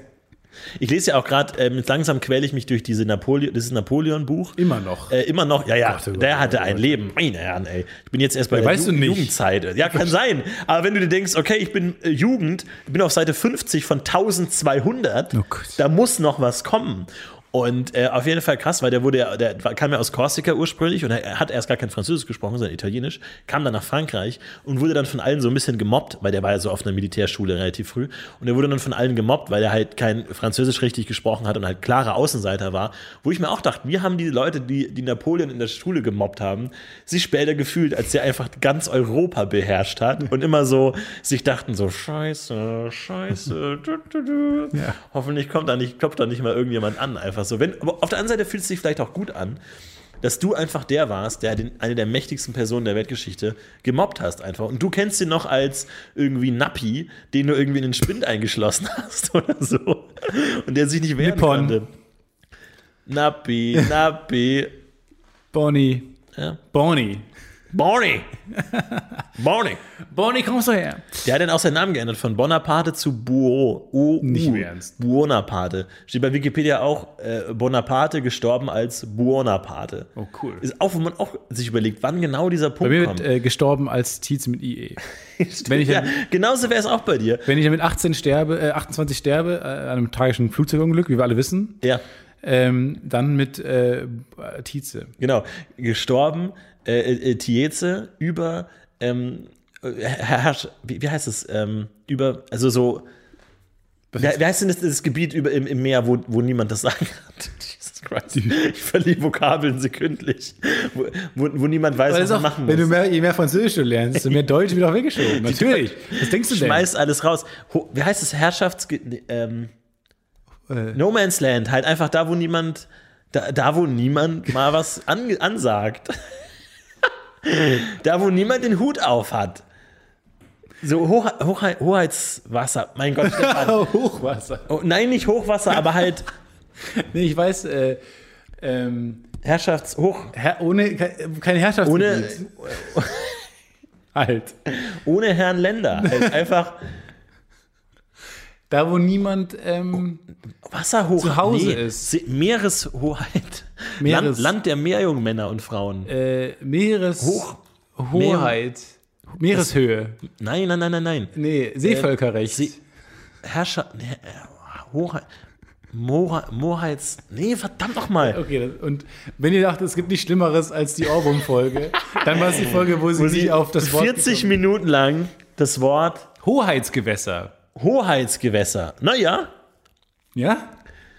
[SPEAKER 4] Ich lese ja auch gerade, ähm, jetzt langsam quäle ich mich durch diese Napoleon, dieses Napoleon-Buch.
[SPEAKER 3] Immer noch.
[SPEAKER 4] Äh, immer noch, ja, ja.
[SPEAKER 3] Gott, oh Gott,
[SPEAKER 4] der
[SPEAKER 3] oh
[SPEAKER 4] hatte
[SPEAKER 3] Gott.
[SPEAKER 4] ein Leben. Meine Herren, ey. Ich bin jetzt erst bei der
[SPEAKER 3] weißt du
[SPEAKER 4] Ju-
[SPEAKER 3] nicht.
[SPEAKER 4] Jugendzeit. Ja, kann sein. Aber wenn du dir denkst, okay, ich bin äh, Jugend, ich bin auf Seite 50 von 1200,
[SPEAKER 3] Oh Gott.
[SPEAKER 4] da muss noch was kommen. Und äh, auf jeden Fall krass, weil der wurde ja, der war- kam ja aus Korsika ursprünglich und er hat erst gar kein Französisch gesprochen, sondern Italienisch, kam dann nach Frankreich und wurde dann von allen so ein bisschen gemobbt, weil der war ja so auf einer Militärschule relativ früh. Und er wurde dann von allen gemobbt, weil er halt kein Französisch richtig gesprochen hat und halt klarer Außenseiter war. Wo ich mir auch dachte, wir haben die Leute, die, die Napoleon in der Schule gemobbt haben, sich später gefühlt, als der einfach ganz Europa beherrscht hat und immer so sich dachten so, scheiße, scheiße, du, du, du.
[SPEAKER 3] Ja.
[SPEAKER 4] hoffentlich kommt da nicht, klopft da nicht mal irgendjemand an, einfach so. Wenn, aber auf der anderen Seite fühlt es sich vielleicht auch gut an, dass du einfach der warst, der den, eine der mächtigsten Personen der Weltgeschichte gemobbt hast einfach. Und du kennst ihn noch als irgendwie Nappi, den du irgendwie in den Spind eingeschlossen hast oder so. Und der sich nicht wehren
[SPEAKER 3] Nippon.
[SPEAKER 4] konnte. Nappi, Nappi.
[SPEAKER 3] Bonnie.
[SPEAKER 4] Ja.
[SPEAKER 3] Bonnie.
[SPEAKER 4] Barney. Barney.
[SPEAKER 3] Bonnie, kommst du her?
[SPEAKER 4] Der hat dann auch seinen Namen geändert von Bonaparte zu Buo. U
[SPEAKER 3] Nicht
[SPEAKER 4] U.
[SPEAKER 3] im Ernst.
[SPEAKER 4] Buonaparte. Steht bei Wikipedia auch äh, Bonaparte gestorben als Buonaparte.
[SPEAKER 3] Oh, cool.
[SPEAKER 4] Ist auch, wenn man auch sich überlegt, wann genau dieser
[SPEAKER 3] Bei
[SPEAKER 4] Punkt
[SPEAKER 3] mir äh,
[SPEAKER 4] kommt.
[SPEAKER 3] wird äh, gestorben als Tietz mit IE. wenn ich-
[SPEAKER 4] ja, genauso wäre es auch bei dir.
[SPEAKER 3] Wenn ich dann mit 18 sterbe, äh, 28 sterbe, äh, an einem tragischen Flugzeugunglück, wie wir alle wissen,
[SPEAKER 4] Ja,
[SPEAKER 3] ähm, dann mit äh, Tietze.
[SPEAKER 4] genau. Gestorben, äh, äh, Tietze über ähm, äh, Herrsch, wie, wie heißt es? Ähm, über, also so. Wie, wie heißt denn das, das Gebiet über, im, im Meer, wo, wo niemand das sagen kann? Jesus Christ. Ich verliere Vokabeln sekündlich. Wo, wo, wo niemand weiß,
[SPEAKER 3] Aber
[SPEAKER 4] was
[SPEAKER 3] das ist
[SPEAKER 4] man
[SPEAKER 3] auch,
[SPEAKER 4] machen
[SPEAKER 3] wenn du
[SPEAKER 4] muss.
[SPEAKER 3] mehr, je mehr Französisch du lernst, desto mehr Deutsch wird auch weggeschoben. Natürlich. Was denkst du denn?
[SPEAKER 4] Schmeißt alles raus. Ho, wie heißt es? Herrschafts. nee, Ähm,
[SPEAKER 3] Äh.
[SPEAKER 4] No Man's Land. Halt einfach da, wo niemand. Da, da wo niemand mal was an, ansagt. da, wo niemand den Hut auf hat. So Hoch, Hochheit- Hoheitswasser. Mein Gott, Stefan.
[SPEAKER 3] Hochwasser.
[SPEAKER 4] Oh, nein, nicht Hochwasser, aber halt
[SPEAKER 3] Nee, ich weiß, äh, ähm,
[SPEAKER 4] Herrschaftshoch.
[SPEAKER 3] Herr, ohne, ke- keine Herrschaft.
[SPEAKER 4] Ohne,
[SPEAKER 3] Halt.
[SPEAKER 4] ohne Herrn Länder. Halt einfach
[SPEAKER 3] Da, wo niemand, ähm,
[SPEAKER 4] Wasserhoch.
[SPEAKER 3] Zu Hause ist.
[SPEAKER 4] Se- Meereshoheit.
[SPEAKER 3] Meeres-
[SPEAKER 4] Land, Land der Meerjungmänner und Frauen.
[SPEAKER 3] äh, Meeres...
[SPEAKER 4] Hoch-
[SPEAKER 3] Hoheit. Meereshöhe.
[SPEAKER 4] Nein, nein, nein, nein, nein.
[SPEAKER 3] Nee, Seevölkerrecht.
[SPEAKER 4] Äh, See- Herrscher. ne, äh, Hoheit. Mora, Moheits. Nee, verdammt nochmal.
[SPEAKER 3] Okay, das- und wenn ihr dachtet, es gibt nichts Schlimmeres als die Ohrwurm-Folge, dann war es die Folge, wo sie, nicht auf das Wort
[SPEAKER 4] 40
[SPEAKER 3] gekommen-
[SPEAKER 4] Minuten lang das Wort
[SPEAKER 3] Hoheitsgewässer.
[SPEAKER 4] Hoheitsgewässer. Naja,
[SPEAKER 3] Ja?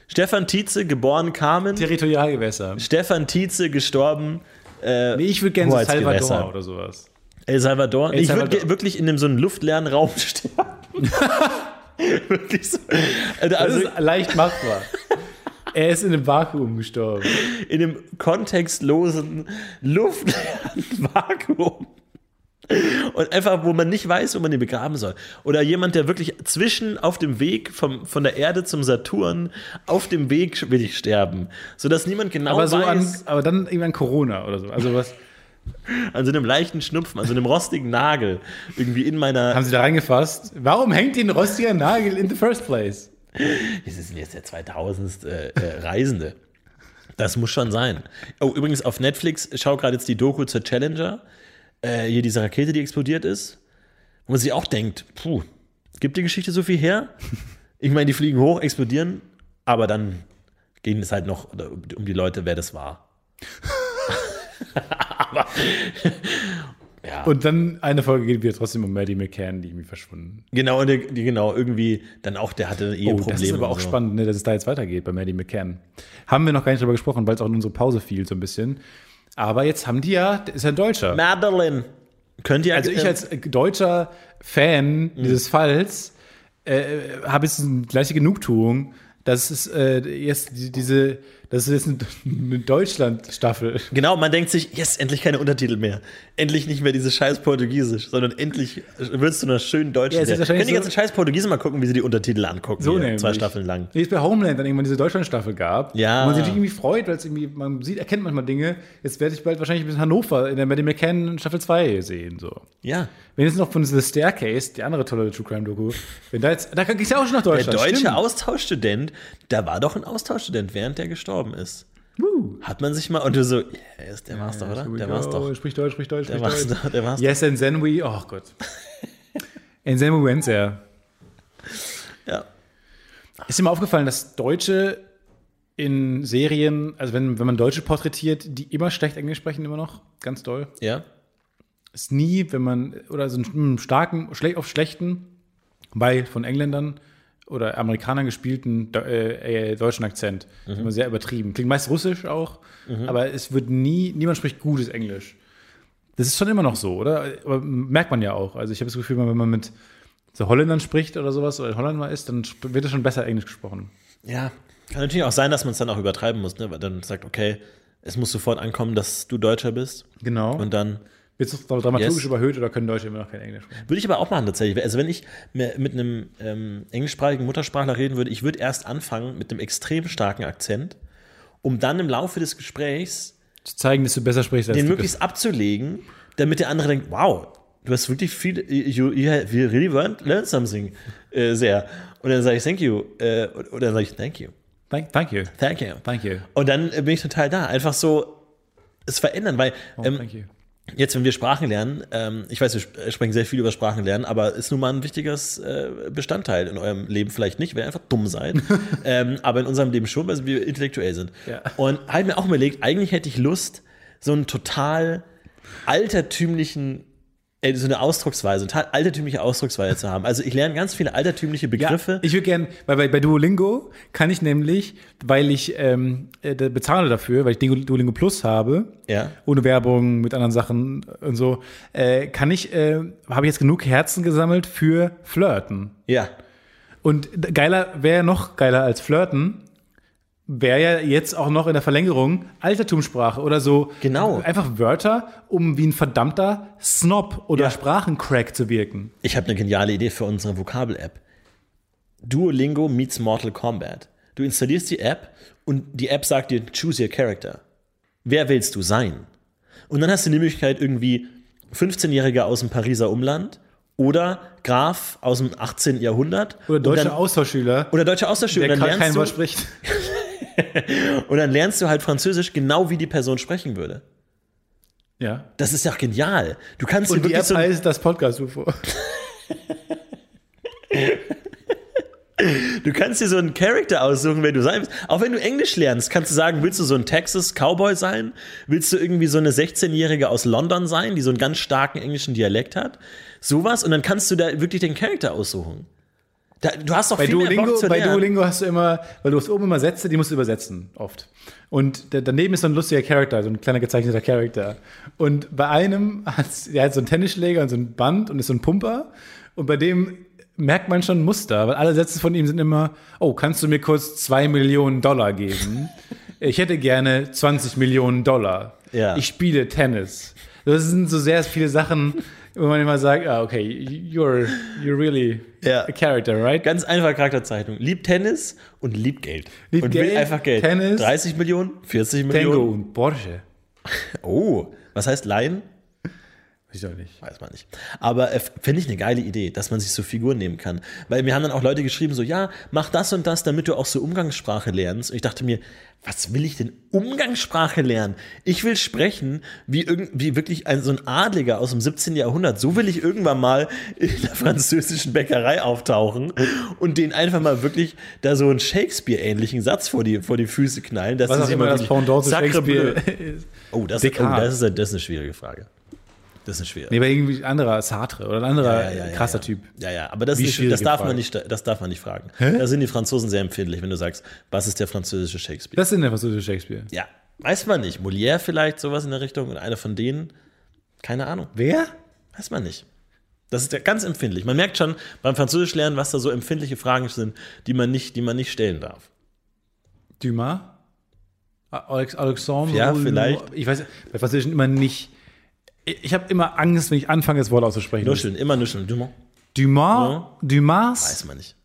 [SPEAKER 4] Stefan Tietze, geboren Carmen.
[SPEAKER 3] Territorialgewässer.
[SPEAKER 4] Stefan Tietze, gestorben
[SPEAKER 3] Nee, ich würde gerne so
[SPEAKER 4] Hoheitsgewässer.
[SPEAKER 3] Salvador oder sowas.
[SPEAKER 4] El Salvador.
[SPEAKER 3] El
[SPEAKER 4] ich
[SPEAKER 3] Salvador.
[SPEAKER 4] würde wirklich in einem so einem luftleeren Raum sterben. wirklich so. Also,
[SPEAKER 3] Das
[SPEAKER 4] also
[SPEAKER 3] ist leicht machbar. er ist in einem Vakuum gestorben.
[SPEAKER 4] in einem kontextlosen, luftleeren Vakuum. Und einfach, wo man nicht weiß, wo man ihn begraben soll. Oder jemand, der wirklich zwischen auf dem Weg vom, von der Erde zum Saturn, auf dem Weg will ich sterben. Sodass niemand genau
[SPEAKER 3] Aber, so an,
[SPEAKER 4] weiß,
[SPEAKER 3] aber dann irgendwann Corona oder so. Also was
[SPEAKER 4] an, so einem leichten Schnupfen, an so einem rostigen Nagel, irgendwie in meiner.
[SPEAKER 3] haben sie da reingefasst? Warum hängt den rostiger Nagel in the first place?
[SPEAKER 4] Das ist jetzt der 2000. Äh, äh, Reisende. Das muss schon sein. Oh, übrigens auf Netflix schau gerade jetzt die Doku zur Challenger. Äh, hier diese Rakete, die explodiert ist. Wo man sich auch denkt, puh, gibt die Geschichte so viel her? Ich meine, die fliegen hoch, explodieren, aber dann gehen es halt noch oder um die Leute, wer das war.
[SPEAKER 3] Und dann eine Folge geht wieder trotzdem um Maddie McCann, die irgendwie verschwunden.
[SPEAKER 4] Genau, und der, die, genau, irgendwie dann auch, der hatte eh
[SPEAKER 3] Oh,
[SPEAKER 4] Probleme.
[SPEAKER 3] das ist aber
[SPEAKER 4] und
[SPEAKER 3] auch
[SPEAKER 4] so.
[SPEAKER 3] spannend, ne, dass es da jetzt weitergeht bei Maddie McCann. Haben wir noch gar nicht drüber gesprochen, weil es auch in unsere Pause fiel so ein bisschen. Aber jetzt haben die ja, das ist ja ein Deutscher.
[SPEAKER 4] Madeline. Könnt ihr
[SPEAKER 3] Also ich als deutscher
[SPEAKER 4] Mhm.
[SPEAKER 3] Fan dieses Falls äh, habe jetzt die gleiche Genugtuung, dass es äh, jetzt die- diese, das ist jetzt eine Deutschland-Staffel.
[SPEAKER 4] Genau, man denkt sich, yes, endlich keine Untertitel mehr. Endlich nicht mehr dieses scheiß Portugiesisch, sondern endlich wirst du einer schönen deutschen
[SPEAKER 3] Ja, es ist
[SPEAKER 4] Serie.
[SPEAKER 3] wahrscheinlich
[SPEAKER 4] Können die
[SPEAKER 3] so-
[SPEAKER 4] ganzen scheiß Portugiesen mal gucken, wie sie die Untertitel angucken. hier,
[SPEAKER 3] nämlich.
[SPEAKER 4] zwei Staffeln lang.
[SPEAKER 3] Wie es bei Homeland dann irgendwann diese Deutschland-Staffel gab.
[SPEAKER 4] Ja.
[SPEAKER 3] Wo man sich natürlich irgendwie freut, weil es irgendwie, man sieht, erkennt manchmal Dinge. Jetzt werde ich bald wahrscheinlich bis Hannover in der Maddie McCann Staffel 2 sehen, so.
[SPEAKER 4] Ja.
[SPEAKER 3] Wenn jetzt noch von The Staircase, die andere tolle True Crime Doku, wenn da jetzt, da geht's ja auch schon nach
[SPEAKER 4] Der
[SPEAKER 3] Deutschland.
[SPEAKER 4] deutsche
[SPEAKER 3] stimmt.
[SPEAKER 4] Austauschstudent, da war doch ein Austauschstudent, während der gestorben ist. Hat man sich mal, und du so, yes, der war's doch, oder?
[SPEAKER 3] Here we
[SPEAKER 4] Der war's
[SPEAKER 3] go.
[SPEAKER 4] doch.
[SPEAKER 3] Sprich Deutsch, sprich Deutsch,
[SPEAKER 4] Der
[SPEAKER 3] sprich
[SPEAKER 4] war's
[SPEAKER 3] Deutsch.
[SPEAKER 4] doch, der war's doch.
[SPEAKER 3] Yes, and then we, oh Gott. and then we went there.
[SPEAKER 4] Ja.
[SPEAKER 3] Ist dir mal aufgefallen, dass Deutsche in Serien, also wenn, wenn man Deutsche porträtiert, die immer schlecht Englisch sprechen, immer noch, ganz doll.
[SPEAKER 4] Ja.
[SPEAKER 3] Ist nie, wenn man, oder so einen starken, schle- auf schlechten, bei von Engländern oder Amerikanern gespielten de- äh, äh, deutschen Akzent.
[SPEAKER 4] Mhm.
[SPEAKER 3] Ist immer sehr übertrieben. Klingt meist russisch auch, aber es wird nie, niemand spricht gutes Englisch. Das ist schon immer noch so, oder? Aber merkt man ja auch. Also ich habe das Gefühl, wenn man mit so Holländern spricht oder sowas oder in Holland mal ist, dann sp- wird es schon besser Englisch gesprochen.
[SPEAKER 4] Ja. Kann natürlich auch sein, dass man es dann auch übertreiben muss, ne? weil dann sagt, okay, es muss sofort ankommen, dass du Deutscher bist.
[SPEAKER 3] Genau.
[SPEAKER 4] Und dann
[SPEAKER 3] Wird es dramaturgisch
[SPEAKER 4] Yes.
[SPEAKER 3] überhöht oder können Deutsche immer noch kein Englisch sprechen?
[SPEAKER 4] Würde ich aber auch machen tatsächlich. Also wenn ich mir- mit einem ähm, englischsprachigen Muttersprachler reden würde, ich würde erst anfangen mit einem extrem starken Akzent, um dann im Laufe des Gesprächs
[SPEAKER 3] Zu zeigen, dass du besser sprichst als
[SPEAKER 4] den
[SPEAKER 3] du
[SPEAKER 4] möglichst abzulegen, damit der andere denkt, wow, du hast wirklich viel, you, you have you really learned, learned something äh, sehr. Und dann sage ich thank you. Äh, oder dann sage ich thank you.
[SPEAKER 3] bist. Thank, thank you.
[SPEAKER 4] Thank you.
[SPEAKER 3] Thank you.
[SPEAKER 4] Und dann äh, bin ich total da. Einfach so es verändern, weil ähm,
[SPEAKER 3] thank you.
[SPEAKER 4] Jetzt, wenn wir Sprachen lernen, ähm, ich weiß, wir sp- sprechen sehr viel über Sprachen lernen, aber ist nun mal ein wichtiges äh, Bestandteil in eurem Leben vielleicht nicht, weil ihr einfach dumm seid, ähm, aber in unserem Leben schon, weil wir intellektuell sind.
[SPEAKER 3] Ja.
[SPEAKER 4] Und halt mir auch überlegt, eigentlich hätte ich Lust, so einen total altertümlichen, äh, so eine Ausdrucksweise, total altertümliche Ausdrucksweise zu haben. Also ich lerne ganz viele altertümliche Begriffe.
[SPEAKER 3] Ich würde gerne, weil bei, bei Duolingo kann ich nämlich, weil ich ähm, äh, da bezahle dafür, weil ich Dingo- Duolingo Plus habe,
[SPEAKER 4] Ja.
[SPEAKER 3] ohne Werbung, mit anderen Sachen und so, äh, kann ich, äh, habe ich jetzt genug Herzen gesammelt für Flirten.
[SPEAKER 4] ja.
[SPEAKER 3] Und d- geiler wäre noch geiler als Flirten, wäre ja jetzt auch noch in der Verlängerung Altertumssprache oder so.
[SPEAKER 4] Genau.
[SPEAKER 3] Einfach Wörter, um wie ein verdammter Snob oder
[SPEAKER 4] Ja.
[SPEAKER 3] Sprachencrack zu wirken.
[SPEAKER 4] Ich habe eine geniale Idee für unsere Vokabel-App. Duolingo meets Mortal Kombat. Du installierst die App und die App sagt dir, choose your character. Wer willst du sein? Und dann hast du die Möglichkeit, irgendwie 15-Jähriger aus dem Pariser Umland oder Graf aus dem 18. Jahrhundert.
[SPEAKER 3] Oder deutsche
[SPEAKER 4] und dann,
[SPEAKER 3] Austauschschüler,
[SPEAKER 4] Oder deutsche Austauschschüler.
[SPEAKER 3] der
[SPEAKER 4] Und dann
[SPEAKER 3] gerade kein
[SPEAKER 4] lernst
[SPEAKER 3] Wort
[SPEAKER 4] du-
[SPEAKER 3] spricht.
[SPEAKER 4] und dann lernst du halt Französisch, genau wie die Person sprechen würde.
[SPEAKER 3] Ja.
[SPEAKER 4] Das ist ja auch genial. Du kannst dir
[SPEAKER 3] Und die
[SPEAKER 4] wirklich
[SPEAKER 3] App
[SPEAKER 4] so ein-
[SPEAKER 3] heißt das Podcast-UFO.
[SPEAKER 4] Du kannst dir so einen Charakter aussuchen, wer du sein willst. Auch wenn du Englisch lernst, kannst du sagen, willst du so ein Texas Cowboy sein? Willst du irgendwie so eine 16-Jährige aus London sein, die so einen ganz starken englischen Dialekt hat? Sowas und dann kannst du da wirklich den Charakter aussuchen. Da, du hast doch
[SPEAKER 3] Bei
[SPEAKER 4] viel mehr Bock
[SPEAKER 3] Duolingo,
[SPEAKER 4] zu
[SPEAKER 3] bei
[SPEAKER 4] lernen.
[SPEAKER 3] Duolingo hast du immer, weil du hast oben immer Sätze, die musst du übersetzen, oft. Und da- daneben ist so ein lustiger Charakter, so ein kleiner gezeichneter Charakter. Und bei einem hat der hat so einen Tennisschläger und so ein Band und ist so ein Pumper. Und bei dem merkt man schon ein Muster, weil alle Sätze von ihm sind immer, oh, kannst du mir kurz zwei Millionen Dollar geben? Ich hätte gerne 20 Millionen Dollar.
[SPEAKER 4] Ja.
[SPEAKER 3] Ich spiele Tennis. Das sind so sehr viele Sachen, wo man immer sagt, ah, okay, you're, you're really
[SPEAKER 4] Ja.
[SPEAKER 3] a character, right?
[SPEAKER 4] Ganz einfache Charakterzeichnung. Liebt Tennis und liebt Geld.
[SPEAKER 3] Liebt
[SPEAKER 4] und will
[SPEAKER 3] Geld,
[SPEAKER 4] einfach Geld.
[SPEAKER 3] Tennis.
[SPEAKER 4] 30 Millionen, 40
[SPEAKER 3] Tango
[SPEAKER 4] Millionen.
[SPEAKER 3] und Porsche.
[SPEAKER 4] Oh, was heißt Laien?
[SPEAKER 3] Weiß ich auch nicht.
[SPEAKER 4] Weiß man nicht. Aber äh, finde ich eine geile Idee, dass man sich so Figuren nehmen kann. Weil mir haben dann auch Leute geschrieben, so, ja, mach das und das, damit du auch so Umgangssprache lernst. Und ich dachte mir, was will ich denn Umgangssprache lernen? Ich will sprechen wie, irgend, wie wirklich ein, so ein Adliger aus dem 17. Jahrhundert. So will ich irgendwann mal in der französischen Bäckerei auftauchen und den einfach mal wirklich da so einen Shakespeare-ähnlichen Satz vor die, vor die Füße knallen. Dass
[SPEAKER 3] Was
[SPEAKER 4] die
[SPEAKER 3] auch
[SPEAKER 4] sich
[SPEAKER 3] immer
[SPEAKER 4] mal
[SPEAKER 3] das
[SPEAKER 4] wirklich
[SPEAKER 3] Pendant zu
[SPEAKER 4] sacre
[SPEAKER 3] Shakespeare
[SPEAKER 4] bleu-
[SPEAKER 3] ist.
[SPEAKER 4] Oh, das, oh
[SPEAKER 3] Descartes.
[SPEAKER 4] das, ist, eine- das ist eine schwierige Frage. Das ist eine schwierige
[SPEAKER 3] Nee, aber irgendwie ein anderer Sartre oder ein anderer
[SPEAKER 4] ja, ja,
[SPEAKER 3] krasser
[SPEAKER 4] ja.
[SPEAKER 3] Typ.
[SPEAKER 4] Ja, ja, aber das,
[SPEAKER 3] Wie
[SPEAKER 4] ist nicht,
[SPEAKER 3] schwierige
[SPEAKER 4] das, darf
[SPEAKER 3] Frage.
[SPEAKER 4] man nicht, das darf man nicht fragen. Da sind die Franzosen sehr empfindlich, wenn du sagst, was ist der französische Shakespeare?
[SPEAKER 3] Das ist in der französische Shakespeare.
[SPEAKER 4] ja, weiß man nicht. Molière vielleicht, sowas in der Richtung und einer von denen, keine Ahnung,
[SPEAKER 3] Wer?
[SPEAKER 4] weiß man nicht. Das ist ja ganz empfindlich. Man merkt schon beim Französischlernen, was da so empfindliche Fragen sind, die man nicht, die man nicht stellen darf.
[SPEAKER 3] Dumas? A- Alex Alexandre?
[SPEAKER 4] Ja, vielleicht.
[SPEAKER 3] Ich weiß, bei Französischen immer nicht. Ich ich habe immer Angst, wenn ich anfange, das Wort auszusprechen.
[SPEAKER 4] Nuscheln, immer nuscheln. Dumont,
[SPEAKER 3] Dumas?
[SPEAKER 4] Ja.
[SPEAKER 3] Dumas?
[SPEAKER 4] weiß man nicht.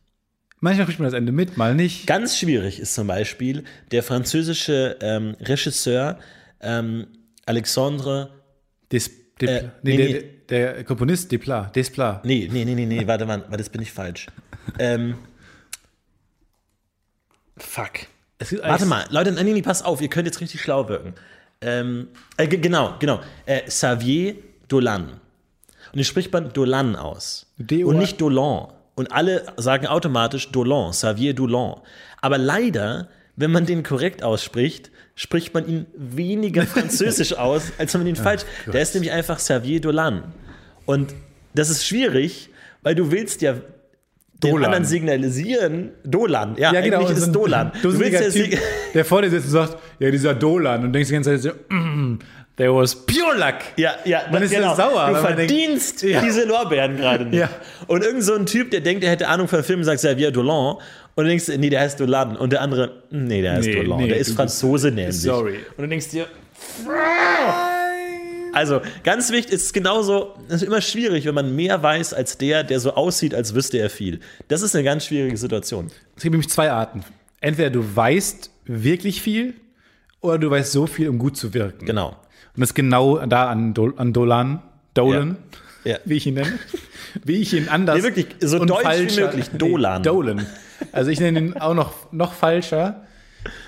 [SPEAKER 3] Manchmal spricht man das Ende mit, mal nicht.
[SPEAKER 4] Ganz schwierig ist zum Beispiel der französische ähm, Regisseur ähm, Alexandre
[SPEAKER 3] Des, Depl-
[SPEAKER 4] Äh,
[SPEAKER 3] nee,
[SPEAKER 4] nee,
[SPEAKER 3] der, der Komponist Desplat. Desplat.
[SPEAKER 4] Nee, nee, nee, nee, nee, warte mal, warte, das bin ich falsch. Ähm, fuck.
[SPEAKER 3] Es gibt
[SPEAKER 4] Warte
[SPEAKER 3] eigentlich-
[SPEAKER 4] mal, Leute, nee, nee, passt auf, ihr könnt jetzt richtig schlau wirken. Ähm, äh, ge- genau, genau. Äh, Xavier Dolan. Und den spricht man Dolan aus.
[SPEAKER 3] D-O-
[SPEAKER 4] und nicht Dolan. Und alle sagen automatisch Dolan, Xavier Dolan. Aber leider wenn man den korrekt ausspricht, spricht man ihn weniger französisch aus, als wenn man ihn falsch. Der ist nämlich einfach Xavier Dolan. Und das ist schwierig, weil du willst ja den
[SPEAKER 3] Dolan.
[SPEAKER 4] anderen signalisieren, Dolan, ja,
[SPEAKER 3] Ja, genau.
[SPEAKER 4] eigentlich ist
[SPEAKER 3] so
[SPEAKER 4] es
[SPEAKER 3] ein
[SPEAKER 4] Dolan. Du willst
[SPEAKER 3] dusseliger
[SPEAKER 4] ja
[SPEAKER 3] typ,
[SPEAKER 4] sig-
[SPEAKER 3] der vor dir sitzt und sagt, ja, dieser Dolan. Und denkst die ganze Zeit so, mm, there was pure luck.
[SPEAKER 4] Ja, ja,
[SPEAKER 3] Man ist dann
[SPEAKER 4] genau.
[SPEAKER 3] sauer,
[SPEAKER 4] Du
[SPEAKER 3] weil man denkt-
[SPEAKER 4] verdienst
[SPEAKER 3] Ja.
[SPEAKER 4] diese Lorbeeren gerade nicht.
[SPEAKER 3] Ja.
[SPEAKER 4] Und irgend so ein Typ, der denkt, er hätte Ahnung von Filmen, sagt Xavier Dolan. Und du denkst, nee, der heißt Dolan. Und der andere, nee, der heißt
[SPEAKER 3] Nee,
[SPEAKER 4] Dolan.
[SPEAKER 3] nee,
[SPEAKER 4] der
[SPEAKER 3] du
[SPEAKER 4] ist
[SPEAKER 3] bist-
[SPEAKER 4] Franzose nämlich.
[SPEAKER 3] sorry.
[SPEAKER 4] Und du denkst dir, also ganz wichtig, es ist genauso, es ist immer schwierig, wenn man mehr weiß als der, der so aussieht, als wüsste er viel. Das ist eine ganz schwierige Situation.
[SPEAKER 3] Es gibt nämlich zwei Arten. Entweder du weißt wirklich viel oder du weißt so viel, um gut zu wirken.
[SPEAKER 4] Genau.
[SPEAKER 3] Und das ist genau da an, Dol an Dolan, Dolan,
[SPEAKER 4] Ja. Ja.
[SPEAKER 3] wie ich ihn nenne, wie ich ihn anders.
[SPEAKER 4] Nee, wirklich, so
[SPEAKER 3] und
[SPEAKER 4] deutsch wie
[SPEAKER 3] falscher-
[SPEAKER 4] möglich, Dolan.
[SPEAKER 3] Nee, Dolan. Also ich nenne ihn auch noch, noch falscher.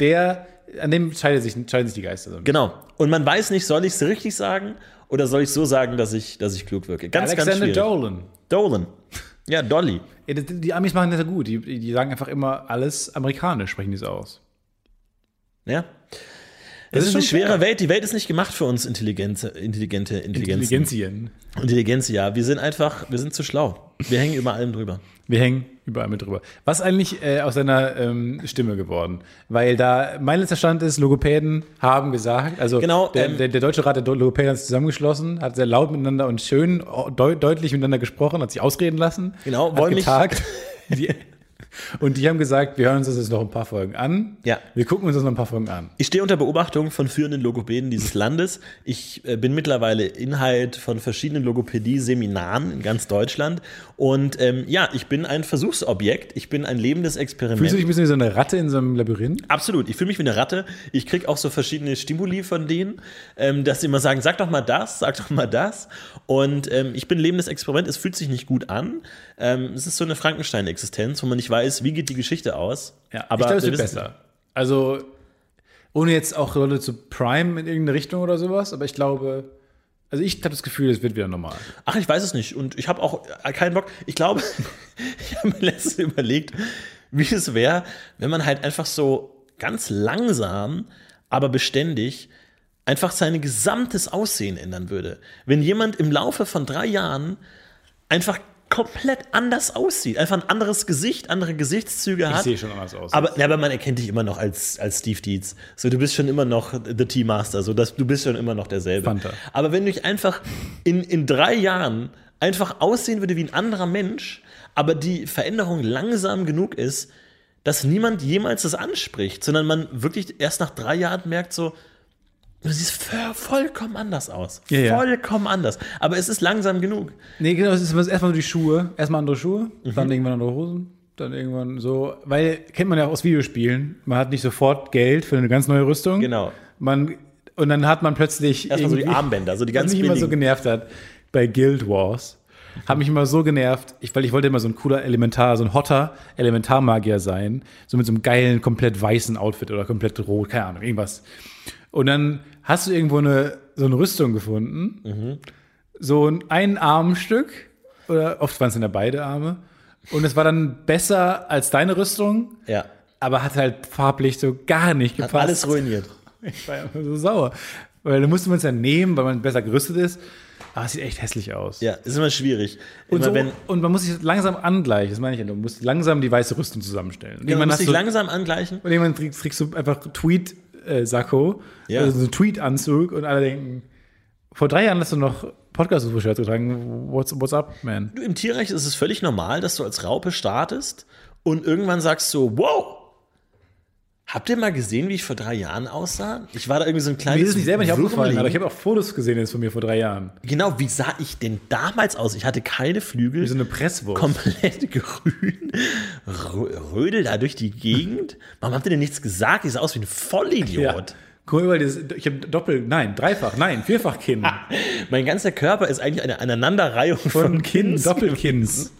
[SPEAKER 3] Der, an dem scheiden sich, scheiden sich die Geister. So ein bisschen.
[SPEAKER 4] Genau. Und man weiß nicht, soll ich es richtig sagen oder soll ich so sagen, dass ich, dass ich klug wirke. Ganz, ganz
[SPEAKER 3] Alexander
[SPEAKER 4] schwierig.
[SPEAKER 3] Dolan.
[SPEAKER 4] Dolan. Ja, Dolly.
[SPEAKER 3] Ja, das- Die Amis machen das ja gut. Die, die sagen einfach immer alles amerikanisch, sprechen die es aus.
[SPEAKER 4] Ja. Es
[SPEAKER 3] ist
[SPEAKER 4] ist eine
[SPEAKER 3] schon
[SPEAKER 4] schwere Welt. Die Welt ist nicht gemacht für uns intelligente, intelligente Intelligenzen.
[SPEAKER 3] Intelligenzien.
[SPEAKER 4] Intelligenz, ja. Wir sind einfach, wir sind zu schlau. Wir hängen über allem drüber.
[SPEAKER 3] Wir hängen überall mit drüber. Was eigentlich äh, aus seiner ähm, Stimme geworden? Weil da mein letzter Stand ist, Logopäden haben gesagt, also
[SPEAKER 4] Genau,
[SPEAKER 3] der,
[SPEAKER 4] ähm,
[SPEAKER 3] der, der Deutsche Rat der Do- Logopäden hat sich zusammengeschlossen, hat sehr laut miteinander und schön o- deu deutlich miteinander gesprochen, hat sich ausreden lassen.
[SPEAKER 4] Genau,
[SPEAKER 3] hat
[SPEAKER 4] wollen mich-
[SPEAKER 3] getagt. die, und die haben gesagt, wir hören uns das jetzt noch ein paar Folgen an.
[SPEAKER 4] Ja.
[SPEAKER 3] Wir gucken uns das noch ein paar Folgen an.
[SPEAKER 4] Ich stehe unter Beobachtung von führenden Logopäden dieses Landes. Ich äh, bin mittlerweile Inhalt von verschiedenen Logopädie-Seminaren in ganz Deutschland. Und ähm, ja, ich bin ein Versuchsobjekt. Ich bin ein lebendes Experiment.
[SPEAKER 3] Fühlst du dich ein bisschen wie so eine Ratte in so einem Labyrinth?
[SPEAKER 4] Absolut, ich fühle mich wie eine Ratte. Ich kriege auch so verschiedene Stimuli von denen, ähm, dass sie immer sagen, sag doch mal das, sag doch mal das. Und ähm, ich bin lebendes Experiment, es fühlt sich nicht gut an. Ähm, es ist so eine Frankenstein-Existenz, wo man nicht weiß, wie geht die Geschichte aus.
[SPEAKER 3] ich glaube, es
[SPEAKER 4] wir
[SPEAKER 3] wird
[SPEAKER 4] wissen-
[SPEAKER 3] besser. Also, ohne jetzt auch Leute zu prime in irgendeine Richtung oder sowas, aber ich glaube, also ich habe das Gefühl, es wird wieder normal.
[SPEAKER 4] Ach, ich weiß es nicht. Und ich habe auch äh, keinen Bock. Ich glaube, ich habe mir letztens überlegt, wie es wäre, wenn man halt einfach so ganz langsam, aber beständig einfach sein gesamtes Aussehen ändern würde. Wenn jemand im Laufe von drei Jahren einfach komplett anders aussieht, einfach ein anderes Gesicht, andere Gesichtszüge hat.
[SPEAKER 3] sehe schon anders aus.
[SPEAKER 4] Aber, ja, aber man erkennt dich immer noch als, als Steve Dietz. So, du bist schon immer noch The Tea Master. So, das, du bist schon immer noch derselbe.
[SPEAKER 3] Fanta.
[SPEAKER 4] Aber wenn du dich einfach in, in drei Jahren einfach aussehen würde wie ein anderer Mensch, aber die Veränderung langsam genug ist, dass niemand jemals das anspricht, sondern man wirklich erst nach drei Jahren merkt, so, du siehst vo- vollkommen anders aus.
[SPEAKER 3] Ja, ja.
[SPEAKER 4] Vollkommen anders. Aber es ist langsam genug.
[SPEAKER 3] Nee, genau, es ist erstmal nur die Schuhe, erstmal andere Schuhe,
[SPEAKER 4] Mhm.
[SPEAKER 3] dann irgendwann andere Hosen, dann irgendwann so, weil kennt man ja auch aus Videospielen, man hat nicht sofort Geld für eine ganz neue Rüstung.
[SPEAKER 4] Genau.
[SPEAKER 3] Man und dann hat man plötzlich
[SPEAKER 4] Erstmal so die
[SPEAKER 3] irgendwie-
[SPEAKER 4] Armbänder, so die
[SPEAKER 3] was
[SPEAKER 4] ganz
[SPEAKER 3] mich immer so
[SPEAKER 4] billigen.
[SPEAKER 3] genervt hat bei Guild Wars, hat mich immer so genervt, ich, weil ich wollte immer so ein cooler Elementar, so ein hotter Elementarmagier sein, so mit so einem geilen, komplett weißen Outfit oder komplett rot, keine Ahnung, irgendwas. Und dann hast du irgendwo eine, so eine Rüstung gefunden, so ein Einarmstück, oder oft waren es dann ja beide Arme, und es war dann besser als deine Rüstung,
[SPEAKER 4] Ja.
[SPEAKER 3] aber hat halt farblich so gar nicht
[SPEAKER 4] Hat
[SPEAKER 3] gepasst.
[SPEAKER 4] alles ruiniert.
[SPEAKER 3] Ich war immer so sauer. Weil dann musste man es ja nehmen, weil man besser gerüstet ist. Aber es sieht echt hässlich aus.
[SPEAKER 4] Ja, ist immer schwierig.
[SPEAKER 3] und,
[SPEAKER 4] immer
[SPEAKER 3] so, und man muss sich langsam angleichen. Das meine ich ja. Du musst langsam die weiße Rüstung zusammenstellen. Und
[SPEAKER 4] man
[SPEAKER 3] irgendwann
[SPEAKER 4] muss sich
[SPEAKER 3] hast du-
[SPEAKER 4] langsam angleichen.
[SPEAKER 3] und irgendwann kriegst, kriegst du einfach Tweet-Sakko.
[SPEAKER 4] Ja.
[SPEAKER 3] Also so einen Tweet-Anzug. Und alle denken, vor drei Jahren hast du noch Podcast-UFO-Shirt getragen. What's, what's up, man?
[SPEAKER 4] Du, Im Tierreich ist es völlig normal, dass du als Raupe startest und irgendwann sagst so, wow, habt ihr mal gesehen, wie ich vor drei Jahren aussah? Ich war da irgendwie so ein kleines
[SPEAKER 3] Mir ist es nicht selber nicht
[SPEAKER 4] Wurmling.
[SPEAKER 3] aufgefallen, aber ich habe auch Fotos gesehen jetzt von mir vor drei Jahren.
[SPEAKER 4] Genau, wie sah ich denn damals aus? Ich hatte keine Flügel.
[SPEAKER 3] Wie so eine Presswurst.
[SPEAKER 4] komplett grün, rö- rödel da durch die Gegend. Warum habt ihr denn nichts gesagt? Ich sah aus wie ein Vollidiot.
[SPEAKER 3] Ja. Guck mal, dieses, ich habe doppelt, nein, dreifach, nein, vierfach Kinn.
[SPEAKER 4] Mein ganzer Körper ist eigentlich eine Aneinanderreihung von,
[SPEAKER 3] Von Kinn,
[SPEAKER 4] Kinns.
[SPEAKER 3] Doppelkinns.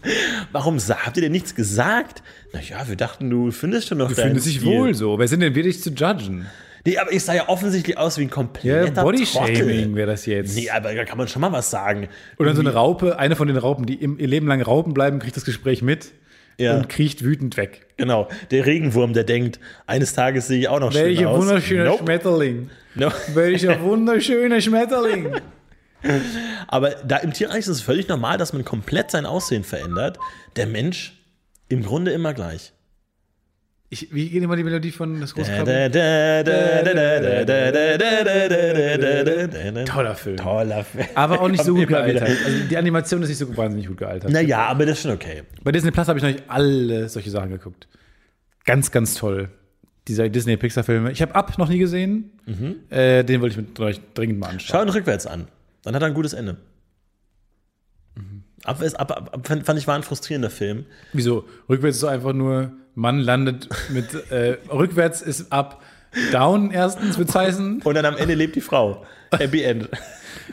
[SPEAKER 4] Warum sa- habt ihr denn nichts gesagt? Naja, wir dachten, du findest schon noch
[SPEAKER 3] Du findest dich wohl so. Wer sind denn wir, dich zu judgen?
[SPEAKER 4] Nee, aber ich sah ja offensichtlich aus wie ein
[SPEAKER 3] Ja,
[SPEAKER 4] kompletter
[SPEAKER 3] Bodyshaming
[SPEAKER 4] Trottel.
[SPEAKER 3] wäre das jetzt.
[SPEAKER 4] Nee, aber da kann man schon mal was sagen.
[SPEAKER 3] Oder so eine Raupe, eine von den Raupen, die im, ihr Leben lang Raupen bleiben, kriegt das Gespräch mit.
[SPEAKER 4] Ja.
[SPEAKER 3] und kriecht wütend weg.
[SPEAKER 4] Genau, der Regenwurm, der denkt, eines Tages sehe ich auch noch schön
[SPEAKER 3] Welcher
[SPEAKER 4] aus.
[SPEAKER 3] wunderschöner
[SPEAKER 4] Nope.
[SPEAKER 3] Schmetterling.
[SPEAKER 4] Nope.
[SPEAKER 3] Welcher wunderschöner Schmetterling.
[SPEAKER 4] Aber da im Tierreich ist es völlig normal, dass man komplett sein Aussehen verändert. Der Mensch im Grunde immer gleich.
[SPEAKER 3] Ich, wie geht immer die Melodie von das
[SPEAKER 4] Da,
[SPEAKER 3] Großkabel?
[SPEAKER 4] da, da, da, da, da, da, da, da, da, da, da, da, da, da, da.
[SPEAKER 3] Toller Film.
[SPEAKER 4] Toller Film.
[SPEAKER 3] Aber auch nicht so
[SPEAKER 4] Kommt
[SPEAKER 3] gut
[SPEAKER 4] immer wieder.
[SPEAKER 3] gealtert. Also die Animation ist nicht so wahnsinnig gut gealtert.
[SPEAKER 4] Naja, aber das ist schon okay.
[SPEAKER 3] Bei Disney Plus habe ich noch nicht alle solche Sachen geguckt. Ganz, ganz toll. Diese Disney-Pixar-Filme. Ich habe Up noch nie gesehen.
[SPEAKER 4] Mhm.
[SPEAKER 3] Äh, den wollte ich mit euch dringend mal anschauen.
[SPEAKER 4] Schau ihn rückwärts an. Dann hat er ein gutes Ende. Ab, ist, ab, ab, ab fand, fand ich war ein frustrierender Film.
[SPEAKER 3] Wieso? Rückwärts ist so einfach nur, Mann landet mit. äh, rückwärts ist Up. Down erstens wird's heißen.
[SPEAKER 4] Und dann am Ende lebt die Frau. Happy End.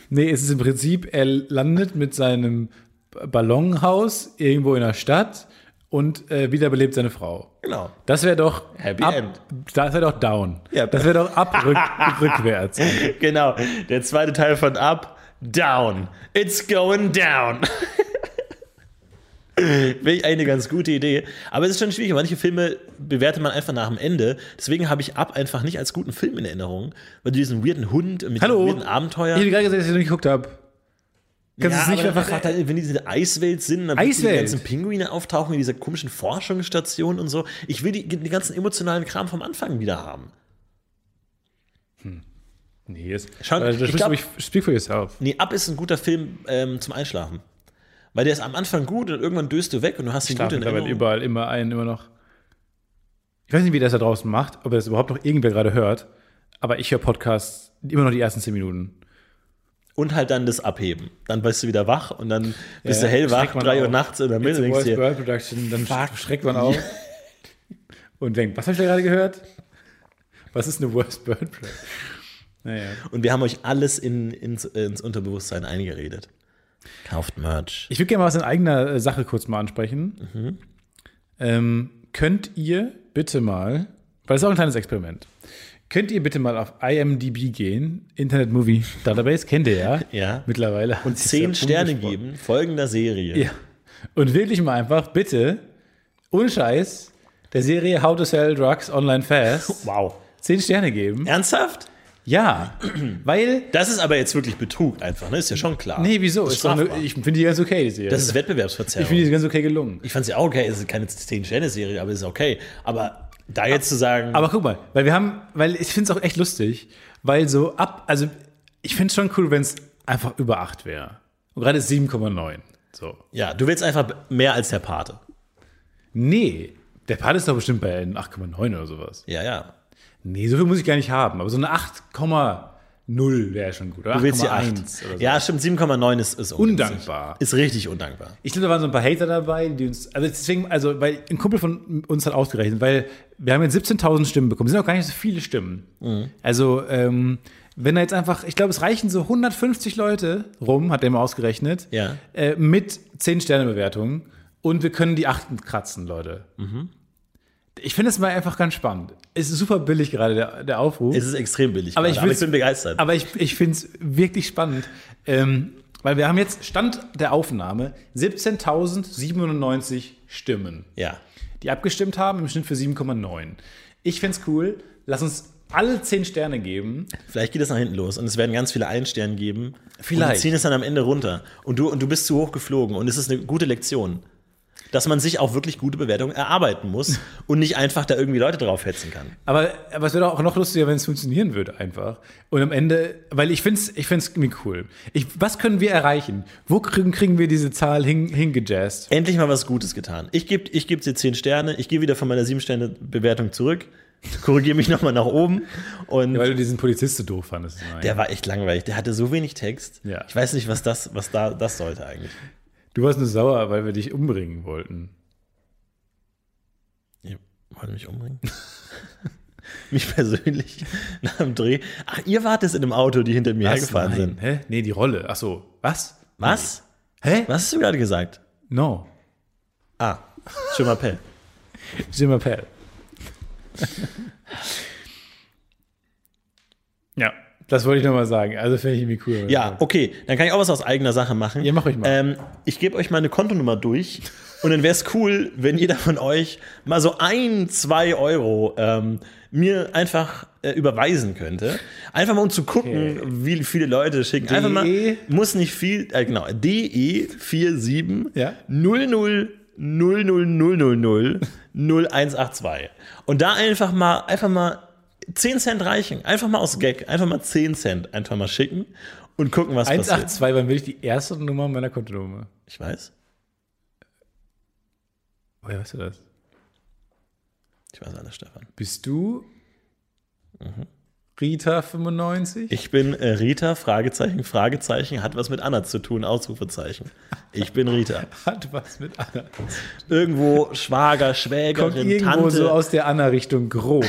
[SPEAKER 3] Nee, es ist im Prinzip, er landet mit seinem Ballonhaus irgendwo in der Stadt und äh, wiederbelebt seine Frau.
[SPEAKER 4] Genau.
[SPEAKER 3] Das wäre doch
[SPEAKER 4] Happy End.
[SPEAKER 3] Das wäre doch down.
[SPEAKER 4] Ja.
[SPEAKER 3] Das wäre doch ab rück, rückwärts.
[SPEAKER 4] Genau. Der zweite Teil von Up, Down. It's going down. Finde ich eine ganz gute Idee. Aber es ist schon schwierig. Manche Filme bewertet man einfach nach dem Ende. Deswegen habe ich Up einfach nicht als guten Film in Erinnerung. Weil du diesen weirden Hund mit
[SPEAKER 3] Hallo.
[SPEAKER 4] diesem weirden Abenteuer.
[SPEAKER 3] Ich habe gerade gesagt, dass ich noch nicht geguckt habe. Kannst du es
[SPEAKER 4] aber
[SPEAKER 3] nicht
[SPEAKER 4] dann
[SPEAKER 3] einfach.
[SPEAKER 4] dann, wenn diese Eiswelt sind, dann plötzlich die
[SPEAKER 3] Eiswelt.
[SPEAKER 4] ganzen Pinguine auftauchen in dieser komischen Forschungsstation und so. Ich will die, die ganzen emotionalen Kram vom Anfang wieder haben.
[SPEAKER 3] Nee, das,
[SPEAKER 4] Schau,
[SPEAKER 3] äh, das
[SPEAKER 4] ich
[SPEAKER 3] ich
[SPEAKER 4] glaub-
[SPEAKER 3] glaub, ich Speak for yourself.
[SPEAKER 4] Nee, Up ist ein guter Film ähm, zum Einschlafen. Weil der ist am Anfang gut und irgendwann döst du weg und du hast ihn gut
[SPEAKER 3] Schlafen
[SPEAKER 4] in
[SPEAKER 3] mittlerweile
[SPEAKER 4] Erinnerung.
[SPEAKER 3] überall immer ein, immer noch. Ich weiß nicht, wie das da draußen macht, ob das überhaupt noch irgendwer gerade hört, aber ich höre Podcasts immer noch die ersten zehn Minuten.
[SPEAKER 4] Und halt dann das Abheben. Dann bist du wieder wach und dann bist
[SPEAKER 3] Ja,
[SPEAKER 4] du hellwach,
[SPEAKER 3] schreckt man
[SPEAKER 4] drei Uhr
[SPEAKER 3] auf.
[SPEAKER 4] nachts in der
[SPEAKER 3] It's a
[SPEAKER 4] Mitte. und Denkst
[SPEAKER 3] Voice
[SPEAKER 4] dir,
[SPEAKER 3] World Production, dann
[SPEAKER 4] Fuck.
[SPEAKER 3] schreckt man auf
[SPEAKER 4] Ja.
[SPEAKER 3] und denkt, was habe ich da gerade gehört? Was ist eine Worst Bird Production? Naja.
[SPEAKER 4] und wir haben euch alles in, ins, ins Unterbewusstsein eingeredet. Kauft Merch.
[SPEAKER 3] Ich würde gerne mal was in eigener äh, Sache kurz mal ansprechen.
[SPEAKER 4] Mhm.
[SPEAKER 3] Ähm, könnt ihr bitte mal, weil es ist auch ein kleines Experiment, könnt ihr bitte mal auf IMDb gehen, Internet Movie Database, kennt ihr ja,
[SPEAKER 4] Ja.
[SPEAKER 3] mittlerweile.
[SPEAKER 4] Und zehn Sterne geben folgender Serie.
[SPEAKER 3] Ja. Und wirklich mal einfach, bitte, ohne Scheiß, der Serie How to Sell Drugs Online Fast
[SPEAKER 4] Wow.
[SPEAKER 3] zehn Sterne geben.
[SPEAKER 4] Ernsthaft?
[SPEAKER 3] Ja, weil,
[SPEAKER 4] Das ist aber jetzt wirklich Betrug einfach, ne? Ist ja schon klar.
[SPEAKER 3] nee, wieso?
[SPEAKER 4] Das
[SPEAKER 3] Ist
[SPEAKER 4] ist,
[SPEAKER 3] doch eine-
[SPEAKER 4] strafbar.
[SPEAKER 3] ich finde die ganz okay, die Serie.
[SPEAKER 4] das ist
[SPEAKER 3] ich
[SPEAKER 4] Wettbewerbsverzerrung.
[SPEAKER 3] finde
[SPEAKER 4] Ich,
[SPEAKER 3] die ganz okay gelungen.
[SPEAKER 4] fand's ja auch okay, es ist keine 10-Sterne-Serie, aber es ist okay. Aber da jetzt zu sagen,
[SPEAKER 3] Aber guck mal, weil wir haben, weil ich finde es auch echt lustig, weil so ab, also ich finde es schon cool, wenn es einfach über 8 wäre. Und gerade ist 7,9. So.
[SPEAKER 4] ja, du willst einfach mehr als der Pate.
[SPEAKER 3] Nee, der Part ist doch bestimmt bei 8,9 oder sowas.
[SPEAKER 4] Ja, ja.
[SPEAKER 3] Nee, so viel muss ich gar nicht haben, aber so eine 8,0 wäre schon gut. Oder
[SPEAKER 4] Du willst die 8.
[SPEAKER 3] 8,1 oder so.
[SPEAKER 4] Ja, stimmt, 7,9 ist, ist ungünstig.
[SPEAKER 3] Undankbar.
[SPEAKER 4] Ist richtig undankbar.
[SPEAKER 3] Ich glaube, da waren so ein paar Hater dabei, die uns, also deswegen, also, weil ein Kumpel von uns hat ausgerechnet, weil wir haben jetzt 17.000 Stimmen bekommen, Es sind auch gar nicht so viele Stimmen. Also, ähm, wenn da jetzt einfach, ich glaube, es reichen so 150 Leute rum, hat er immer ausgerechnet,
[SPEAKER 4] Ja.
[SPEAKER 3] äh, mit 10-Sterne-Bewertungen und wir können die Achten kratzen, Leute. Ich finde es mal einfach ganz spannend. Es ist super billig gerade, der, der Aufruf.
[SPEAKER 4] Es ist extrem billig.
[SPEAKER 3] Aber
[SPEAKER 4] gerade,
[SPEAKER 3] ich
[SPEAKER 4] aber ich
[SPEAKER 3] will's-
[SPEAKER 4] bin begeistert.
[SPEAKER 3] Aber ich, ich finde es wirklich spannend, ähm, weil wir haben jetzt Stand der Aufnahme 17.097 Stimmen,
[SPEAKER 4] ja.
[SPEAKER 3] die abgestimmt haben, im Schnitt für 7,9. Ich finde es cool. Lass uns alle 10 Sterne geben.
[SPEAKER 4] Vielleicht geht es nach hinten los und es werden ganz viele Einstern geben. Und
[SPEAKER 3] Vielleicht.
[SPEAKER 4] wir ziehen es dann am Ende runter. Und du, und du bist zu hoch geflogen. Und es ist eine gute Lektion, dass man sich auch wirklich gute Bewertungen erarbeiten muss und nicht einfach da irgendwie Leute draufhetzen kann.
[SPEAKER 3] Aber, aber es wäre doch auch noch lustiger, wenn es funktionieren würde einfach. Und am Ende, weil ich finde es ich find's irgendwie cool. Ich, was können wir erreichen? Wo kriegen, kriegen wir diese Zahl hin, hingejazzt?
[SPEAKER 4] Endlich mal was Gutes getan. Ich gebe ich geb dir 10 Sterne. Ich gehe wieder von meiner 7-Sterne-Bewertung zurück. Korrigiere mich nochmal nach oben. Und
[SPEAKER 3] Weil du diesen Polizist so doof fandest. Nein.
[SPEAKER 4] der war echt langweilig. Der hatte so wenig Text.
[SPEAKER 3] Ja.
[SPEAKER 4] Ich weiß nicht, was das, was da, das sollte eigentlich.
[SPEAKER 3] Du warst nur sauer, weil wir dich umbringen wollten.
[SPEAKER 4] Ihr wollt mich umbringen? mich persönlich nach dem Dreh. Ach, ihr wart es in dem Auto, die hinter mir hergefahren
[SPEAKER 3] Nein.
[SPEAKER 4] sind.
[SPEAKER 3] Hä? Nee, die Rolle. Ach so. Was?
[SPEAKER 4] Was?
[SPEAKER 3] Hä?
[SPEAKER 4] Was hast du gerade gesagt?
[SPEAKER 3] No.
[SPEAKER 4] Ah, schon mal Pell.
[SPEAKER 3] Jim Appel. ja. Das wollte ich nochmal sagen. Also finde ich irgendwie cool.
[SPEAKER 4] Ja, okay. Dann kann ich auch was aus eigener Sache machen.
[SPEAKER 3] Ja, mach ruhig mal.
[SPEAKER 4] Ähm, ich gebe euch meine Kontonummer durch. Und dann wäre es cool, wenn jeder von euch mal so ein, zwei Euro ähm, mir einfach äh, überweisen könnte. Einfach mal um zu gucken, wie viele Leute schicken. Einfach mal,
[SPEAKER 3] DE?
[SPEAKER 4] muss nicht viel, äh, genau, DE 47
[SPEAKER 3] Ja.
[SPEAKER 4] 00 000 0182. Und da einfach mal, einfach mal 10 Cent reichen. Einfach mal aus Gag. Einfach mal 10 Cent einfach mal schicken und gucken, was passiert.
[SPEAKER 3] 182 war wirklich die erste Nummer meiner Kontonummer.
[SPEAKER 4] Ich weiß.
[SPEAKER 3] Woher weißt du das?
[SPEAKER 4] Ich weiß alles, Stefan.
[SPEAKER 3] Bist du Mhm. Rita 95?
[SPEAKER 4] Ich bin äh, Rita, Fragezeichen, Fragezeichen, hat was mit Anna zu tun, Ausrufezeichen. Ich bin Rita.
[SPEAKER 3] Hat was mit Anna.
[SPEAKER 4] Irgendwo Schwager,
[SPEAKER 3] Kommt
[SPEAKER 4] Schwägerin,
[SPEAKER 3] irgendwo
[SPEAKER 4] Tante.
[SPEAKER 3] so aus der Anna-Richtung grob.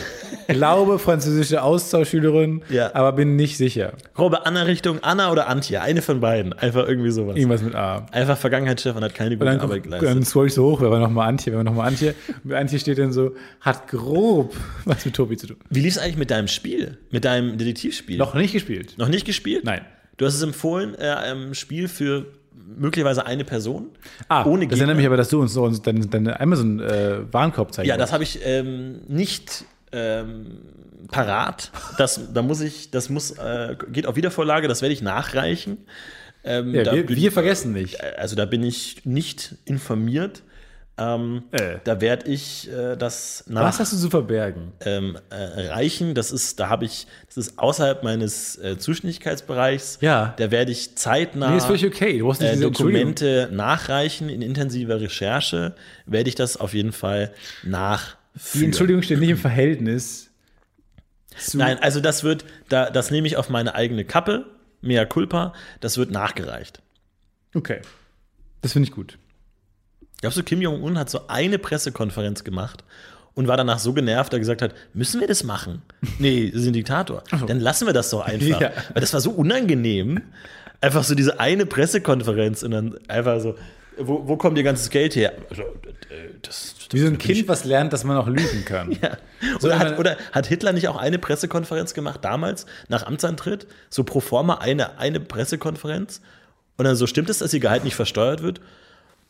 [SPEAKER 3] Glaube französische Austauschschülerin,
[SPEAKER 4] Ja.
[SPEAKER 3] aber bin nicht sicher.
[SPEAKER 4] Grobe Anna-Richtung, Anna oder Antje, eine von beiden. Einfach irgendwie sowas.
[SPEAKER 3] Irgendwas mit A.
[SPEAKER 4] Einfach Vergangenheit, Stefan hat keine
[SPEAKER 3] Und
[SPEAKER 4] gute
[SPEAKER 3] dann,
[SPEAKER 4] Arbeit
[SPEAKER 3] dann
[SPEAKER 4] geleistet.
[SPEAKER 3] scroll ich so hoch, wer war nochmal Antje, wer war nochmal Antje. Und bei Antje steht dann so, hat grob was mit Tobi zu tun.
[SPEAKER 4] Wie lief es eigentlich mit deinem Spiel? Mit deinem Detektivspiel?
[SPEAKER 3] Noch nicht gespielt.
[SPEAKER 4] Noch nicht gespielt?
[SPEAKER 3] Nein.
[SPEAKER 4] Du hast es empfohlen, äh, ein Spiel für möglicherweise eine Person.
[SPEAKER 3] Ah,
[SPEAKER 4] ohne
[SPEAKER 3] das
[SPEAKER 4] Gegner.
[SPEAKER 3] erinnert mich aber, dass du uns, uns deinen deine Amazon-Warenkorb zeigst.
[SPEAKER 4] Ja, das habe ich ähm, nicht ähm, parat. Das, da muss ich, das muss, äh, geht auf Wiedervorlage, das werde ich nachreichen. Ähm,
[SPEAKER 3] ja,
[SPEAKER 4] da
[SPEAKER 3] wir,
[SPEAKER 4] bin-
[SPEAKER 3] wir vergessen nicht.
[SPEAKER 4] also da bin ich nicht informiert. Ähm,
[SPEAKER 3] Äh.
[SPEAKER 4] Da werde ich äh, das
[SPEAKER 3] Was
[SPEAKER 4] nachreichen.
[SPEAKER 3] hast du zu verbergen?
[SPEAKER 4] Ähm, äh, reichen. das ist, da habe ich, das ist außerhalb meines äh, Zuständigkeitsbereichs.
[SPEAKER 3] Ja.
[SPEAKER 4] Da werde ich zeitnah
[SPEAKER 3] Nee, ist völlig okay. Du brauchst nicht
[SPEAKER 4] äh,
[SPEAKER 3] diese Entschuldigung.
[SPEAKER 4] Dokumente nachreichen. In intensiver Recherche werde ich das auf jeden Fall
[SPEAKER 3] Die
[SPEAKER 4] nachführen.
[SPEAKER 3] Entschuldigung steht nicht im Verhältnis zu.
[SPEAKER 4] Nein, also das wird, da, das nehme ich auf meine eigene Kappe, mea culpa, das wird nachgereicht.
[SPEAKER 3] Okay. Das finde ich gut.
[SPEAKER 4] Glaubst du, Kim Jong-un hat so eine Pressekonferenz gemacht und war danach so genervt, dass er gesagt hat, müssen wir das machen? Nee, sie sind Diktator. Dann lassen wir das doch einfach.
[SPEAKER 3] Ja.
[SPEAKER 4] Weil das war so unangenehm. Einfach so diese eine Pressekonferenz und dann einfach so, wo, wo kommt ihr ganzes Geld her? Also, äh, Das, das
[SPEAKER 3] Wie so ein Kind, was lernt, dass man auch lügen kann.
[SPEAKER 4] Ja.
[SPEAKER 3] So,
[SPEAKER 4] Oder,
[SPEAKER 3] aber-
[SPEAKER 4] hat, oder hat Hitler nicht auch eine Pressekonferenz gemacht damals nach Amtsantritt? So pro forma eine, eine Pressekonferenz? Und dann so stimmt es, dass ihr Gehalt nicht versteuert wird?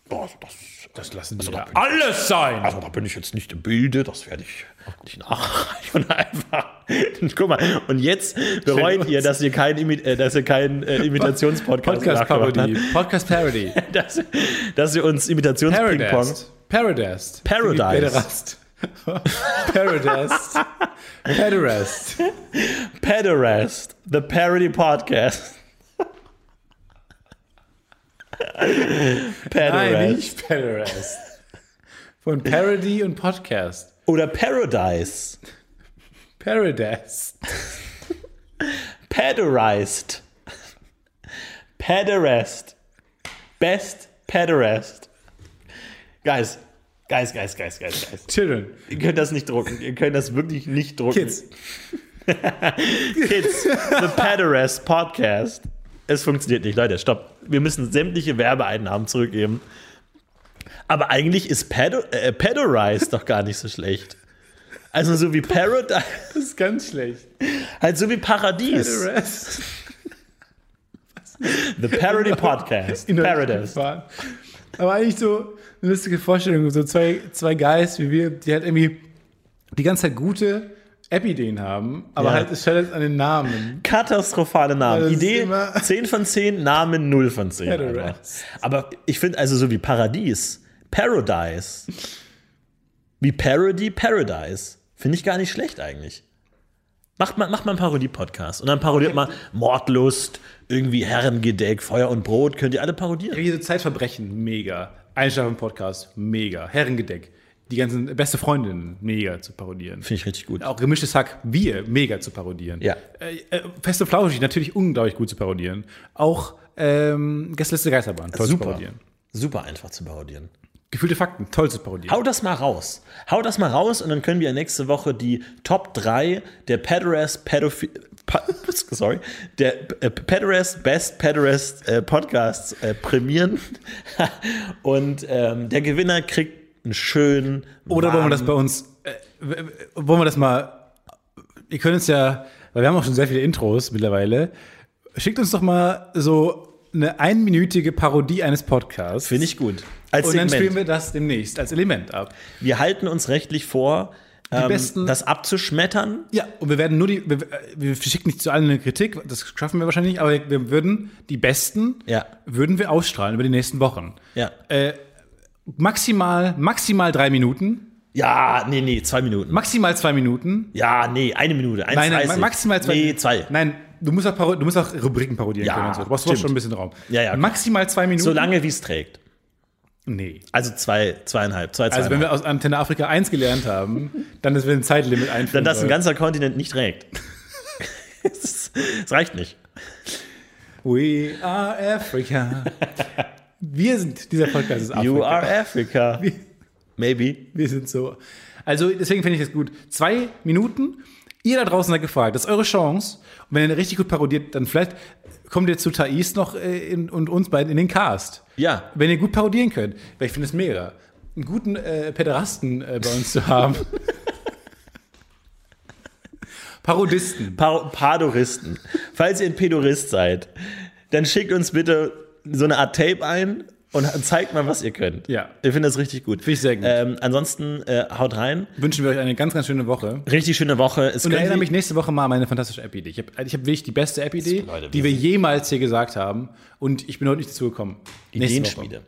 [SPEAKER 4] Boah, also das,
[SPEAKER 3] Das lassen die
[SPEAKER 4] da-
[SPEAKER 3] ja alles sein.
[SPEAKER 4] also da bin ich jetzt nicht im Bilde, das werde ich nicht nachreichen. Und einfach. Guck mal, und jetzt bereut ihr, dass ihr keinen Imi äh, dass ihr keinen äh, Imitationspodcast nachgemacht
[SPEAKER 3] Podcast-Parodie.
[SPEAKER 4] habt.
[SPEAKER 3] Podcast-Parody.
[SPEAKER 4] Dass, dass ihr uns Imitationsping-Pong.
[SPEAKER 3] Paradise. Paradise.
[SPEAKER 4] Paradise.
[SPEAKER 3] Paradise. Paradise. Paradise.
[SPEAKER 4] Pederast, the Parody Podcast.
[SPEAKER 3] Nein,
[SPEAKER 4] Pederast.
[SPEAKER 3] nicht Paradise. Von Parody und Podcast.
[SPEAKER 4] Oder Paradise.
[SPEAKER 3] Paradise.
[SPEAKER 4] Pederast. Pederast. Best Pederast. Guys, guys, guys, guys, guys, guys.
[SPEAKER 3] Children.
[SPEAKER 4] Ihr könnt das nicht drucken. Ihr könnt das wirklich nicht drucken.
[SPEAKER 3] Kids.
[SPEAKER 4] Kids, the Pederast Podcast. Es funktioniert nicht, Leute, stopp. Wir müssen sämtliche Werbeeinnahmen zurückgeben. Aber eigentlich ist Pedo äh, Pedorize doch gar nicht so schlecht. Also so wie Paradise,
[SPEAKER 3] Das ist ganz schlecht.
[SPEAKER 4] halt so wie Paradies.
[SPEAKER 3] Paradise.
[SPEAKER 4] The Parody Podcast.
[SPEAKER 3] In Deutschland
[SPEAKER 4] Paradise.
[SPEAKER 3] fahren. Aber eigentlich so eine lustige Vorstellung. So zwei, zwei Guys wie wir, die halt irgendwie die ganze Zeit gute App-Ideen haben, aber
[SPEAKER 4] Ja.
[SPEAKER 3] halt es scheitert an den Namen.
[SPEAKER 4] Katastrophale Namen.
[SPEAKER 3] Das ist
[SPEAKER 4] Idee
[SPEAKER 3] immer-
[SPEAKER 4] 10 von 10, Namen 0 von 10.
[SPEAKER 3] Paradise.
[SPEAKER 4] einfach. Aber ich finde also so wie Paradies, Paradise, wie Parody, Paradise, finde ich gar nicht schlecht eigentlich. Macht mal, macht mal einen Parodie-Podcast und dann parodiert mal Mordlust, irgendwie Herrengedeck, Feuer und Brot, könnt ihr alle parodieren.
[SPEAKER 3] Diese Zeitverbrechen, mega. Einschlafen-Podcast, mega. Herrengedeck, die ganzen beste Freundinnen, mega zu parodieren.
[SPEAKER 4] Finde ich richtig gut.
[SPEAKER 3] Auch gemischtes Hack, wir, mega zu parodieren.
[SPEAKER 4] Ja.
[SPEAKER 3] Äh, äh, Fest und Flauschig, natürlich unglaublich gut zu parodieren. Auch ähm, Gästeliste Geisterbahn, toll zu
[SPEAKER 4] Super.
[SPEAKER 3] parodieren.
[SPEAKER 4] Super einfach zu parodieren.
[SPEAKER 3] Gefühlte Fakten, toll zu parodieren.
[SPEAKER 4] Hau das mal raus. Hau das mal raus und dann können wir nächste Woche die Top 3 der Pederast Pädophi pa sorry, der äh, Pederast Best Pederast äh, Podcasts äh, prämieren. und ähm, der Gewinner kriegt einen schönen
[SPEAKER 3] Oder wollen wir
[SPEAKER 4] warmen-
[SPEAKER 3] das bei uns, äh, w- w- wollen wir das mal, ihr könnt uns ja weil wir haben auch schon sehr viele Intros mittlerweile. Schickt uns doch mal so eine einminütige Parodie eines Podcasts.
[SPEAKER 4] Finde ich gut. Als
[SPEAKER 3] Und dann
[SPEAKER 4] Segment.
[SPEAKER 3] spielen wir das demnächst als Element ab.
[SPEAKER 4] Wir halten uns rechtlich vor, ähm,
[SPEAKER 3] besten-
[SPEAKER 4] das abzuschmettern.
[SPEAKER 3] Ja, und wir werden nur die, wir, wir schicken nicht zu allen eine Kritik, das schaffen wir wahrscheinlich nicht, aber wir- wir würden die besten,
[SPEAKER 4] Ja.
[SPEAKER 3] würden wir ausstrahlen über die nächsten Wochen.
[SPEAKER 4] Ja.
[SPEAKER 3] Äh, Maximal, maximal drei Minuten,
[SPEAKER 4] ja, nee, nee, zwei Minuten.
[SPEAKER 3] maximal zwei Minuten.
[SPEAKER 4] Ja, nee, eine Minute.
[SPEAKER 3] Nein, nein,
[SPEAKER 4] 1,30.
[SPEAKER 3] maximal zwei
[SPEAKER 4] Nee,
[SPEAKER 3] Minuten.
[SPEAKER 4] zwei.
[SPEAKER 3] Nein, du musst auch, Paro- du musst auch Rubriken parodieren
[SPEAKER 4] Ja,
[SPEAKER 3] können und so. Du brauchst
[SPEAKER 4] stimmt.
[SPEAKER 3] schon ein bisschen Raum.
[SPEAKER 4] Ja, ja.
[SPEAKER 3] Maximal zwei Minuten.
[SPEAKER 4] So lange, wie es trägt.
[SPEAKER 3] Nee.
[SPEAKER 4] Also zwei, zweieinhalb, zwei,
[SPEAKER 3] Also, wenn
[SPEAKER 4] zweieinhalb.
[SPEAKER 3] wir aus Antenne Afrika 1 gelernt haben, dann dass wir ein Zeitlimit einführen.
[SPEAKER 4] Dann, dass ein
[SPEAKER 3] sollen.
[SPEAKER 4] ganzer Kontinent nicht trägt. Es es reicht nicht.
[SPEAKER 3] We are Africa. wir sind, dieser Podcast ist Afrika.
[SPEAKER 4] You are Africa. Maybe.
[SPEAKER 3] Wir sind so. Also deswegen finde ich das gut. Zwei Minuten. Ihr da draußen seid gefragt. Das ist eure Chance. Und wenn ihr richtig gut parodiert, dann vielleicht kommt ihr zu Thais noch äh, in, und uns beiden in den Cast.
[SPEAKER 4] Ja.
[SPEAKER 3] Wenn ihr gut parodieren könnt. Weil ich finde es mega. Einen guten äh, Pederasten äh, bei uns zu haben. Parodisten.
[SPEAKER 4] Pa Padoristen. Falls ihr ein Pädorist seid, dann schickt uns bitte so eine Art Tape ein und zeigt mal, was ihr könnt.
[SPEAKER 3] Ja.
[SPEAKER 4] Ich finde das richtig gut.
[SPEAKER 3] Finde ich sehr gut.
[SPEAKER 4] Ähm, ansonsten äh, haut rein.
[SPEAKER 3] Wünschen wir euch eine ganz, ganz schöne Woche.
[SPEAKER 4] Richtig schöne Woche. Es
[SPEAKER 3] Und
[SPEAKER 4] könnte-
[SPEAKER 3] erinnere mich nächste Woche mal an meine fantastische App-Idee. Ich habe ich hab wirklich die beste App-Idee,
[SPEAKER 4] Leute, wir
[SPEAKER 3] die wir jemals hier gesagt haben. Und ich bin heute nicht dazu gekommen. Nächste Woche.
[SPEAKER 4] Ideenschmiede.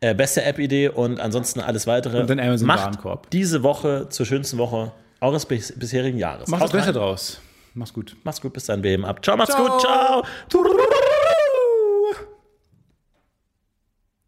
[SPEAKER 4] Äh, beste App-Idee und ansonsten alles weitere.
[SPEAKER 3] Und den Amazon
[SPEAKER 4] Macht
[SPEAKER 3] Warenkorb.
[SPEAKER 4] diese Woche zur schönsten Woche eures bis bisherigen Jahres.
[SPEAKER 3] Mach das
[SPEAKER 4] Haut rein.
[SPEAKER 3] Beste draus. Mach's gut.
[SPEAKER 4] Macht's gut, bis dann, wir heben ab. Ciao, macht's
[SPEAKER 3] Ciao.
[SPEAKER 4] gut, ciao.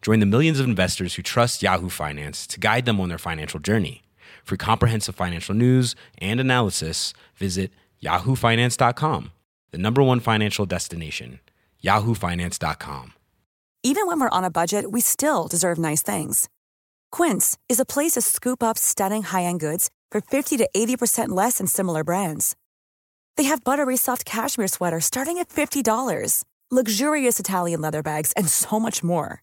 [SPEAKER 5] Join the millions of investors who trust Yahoo Finance to guide them on their financial journey. For comprehensive financial news and analysis, visit yahoofinance.com, the number one financial destination, yahoofinance.com.
[SPEAKER 6] Even when we're on a budget, we still deserve nice things. Quince is a place to scoop up stunning high-end goods for 50 to 80% less than similar brands. They have buttery soft cashmere sweaters starting at $50, luxurious Italian leather bags, and so much more.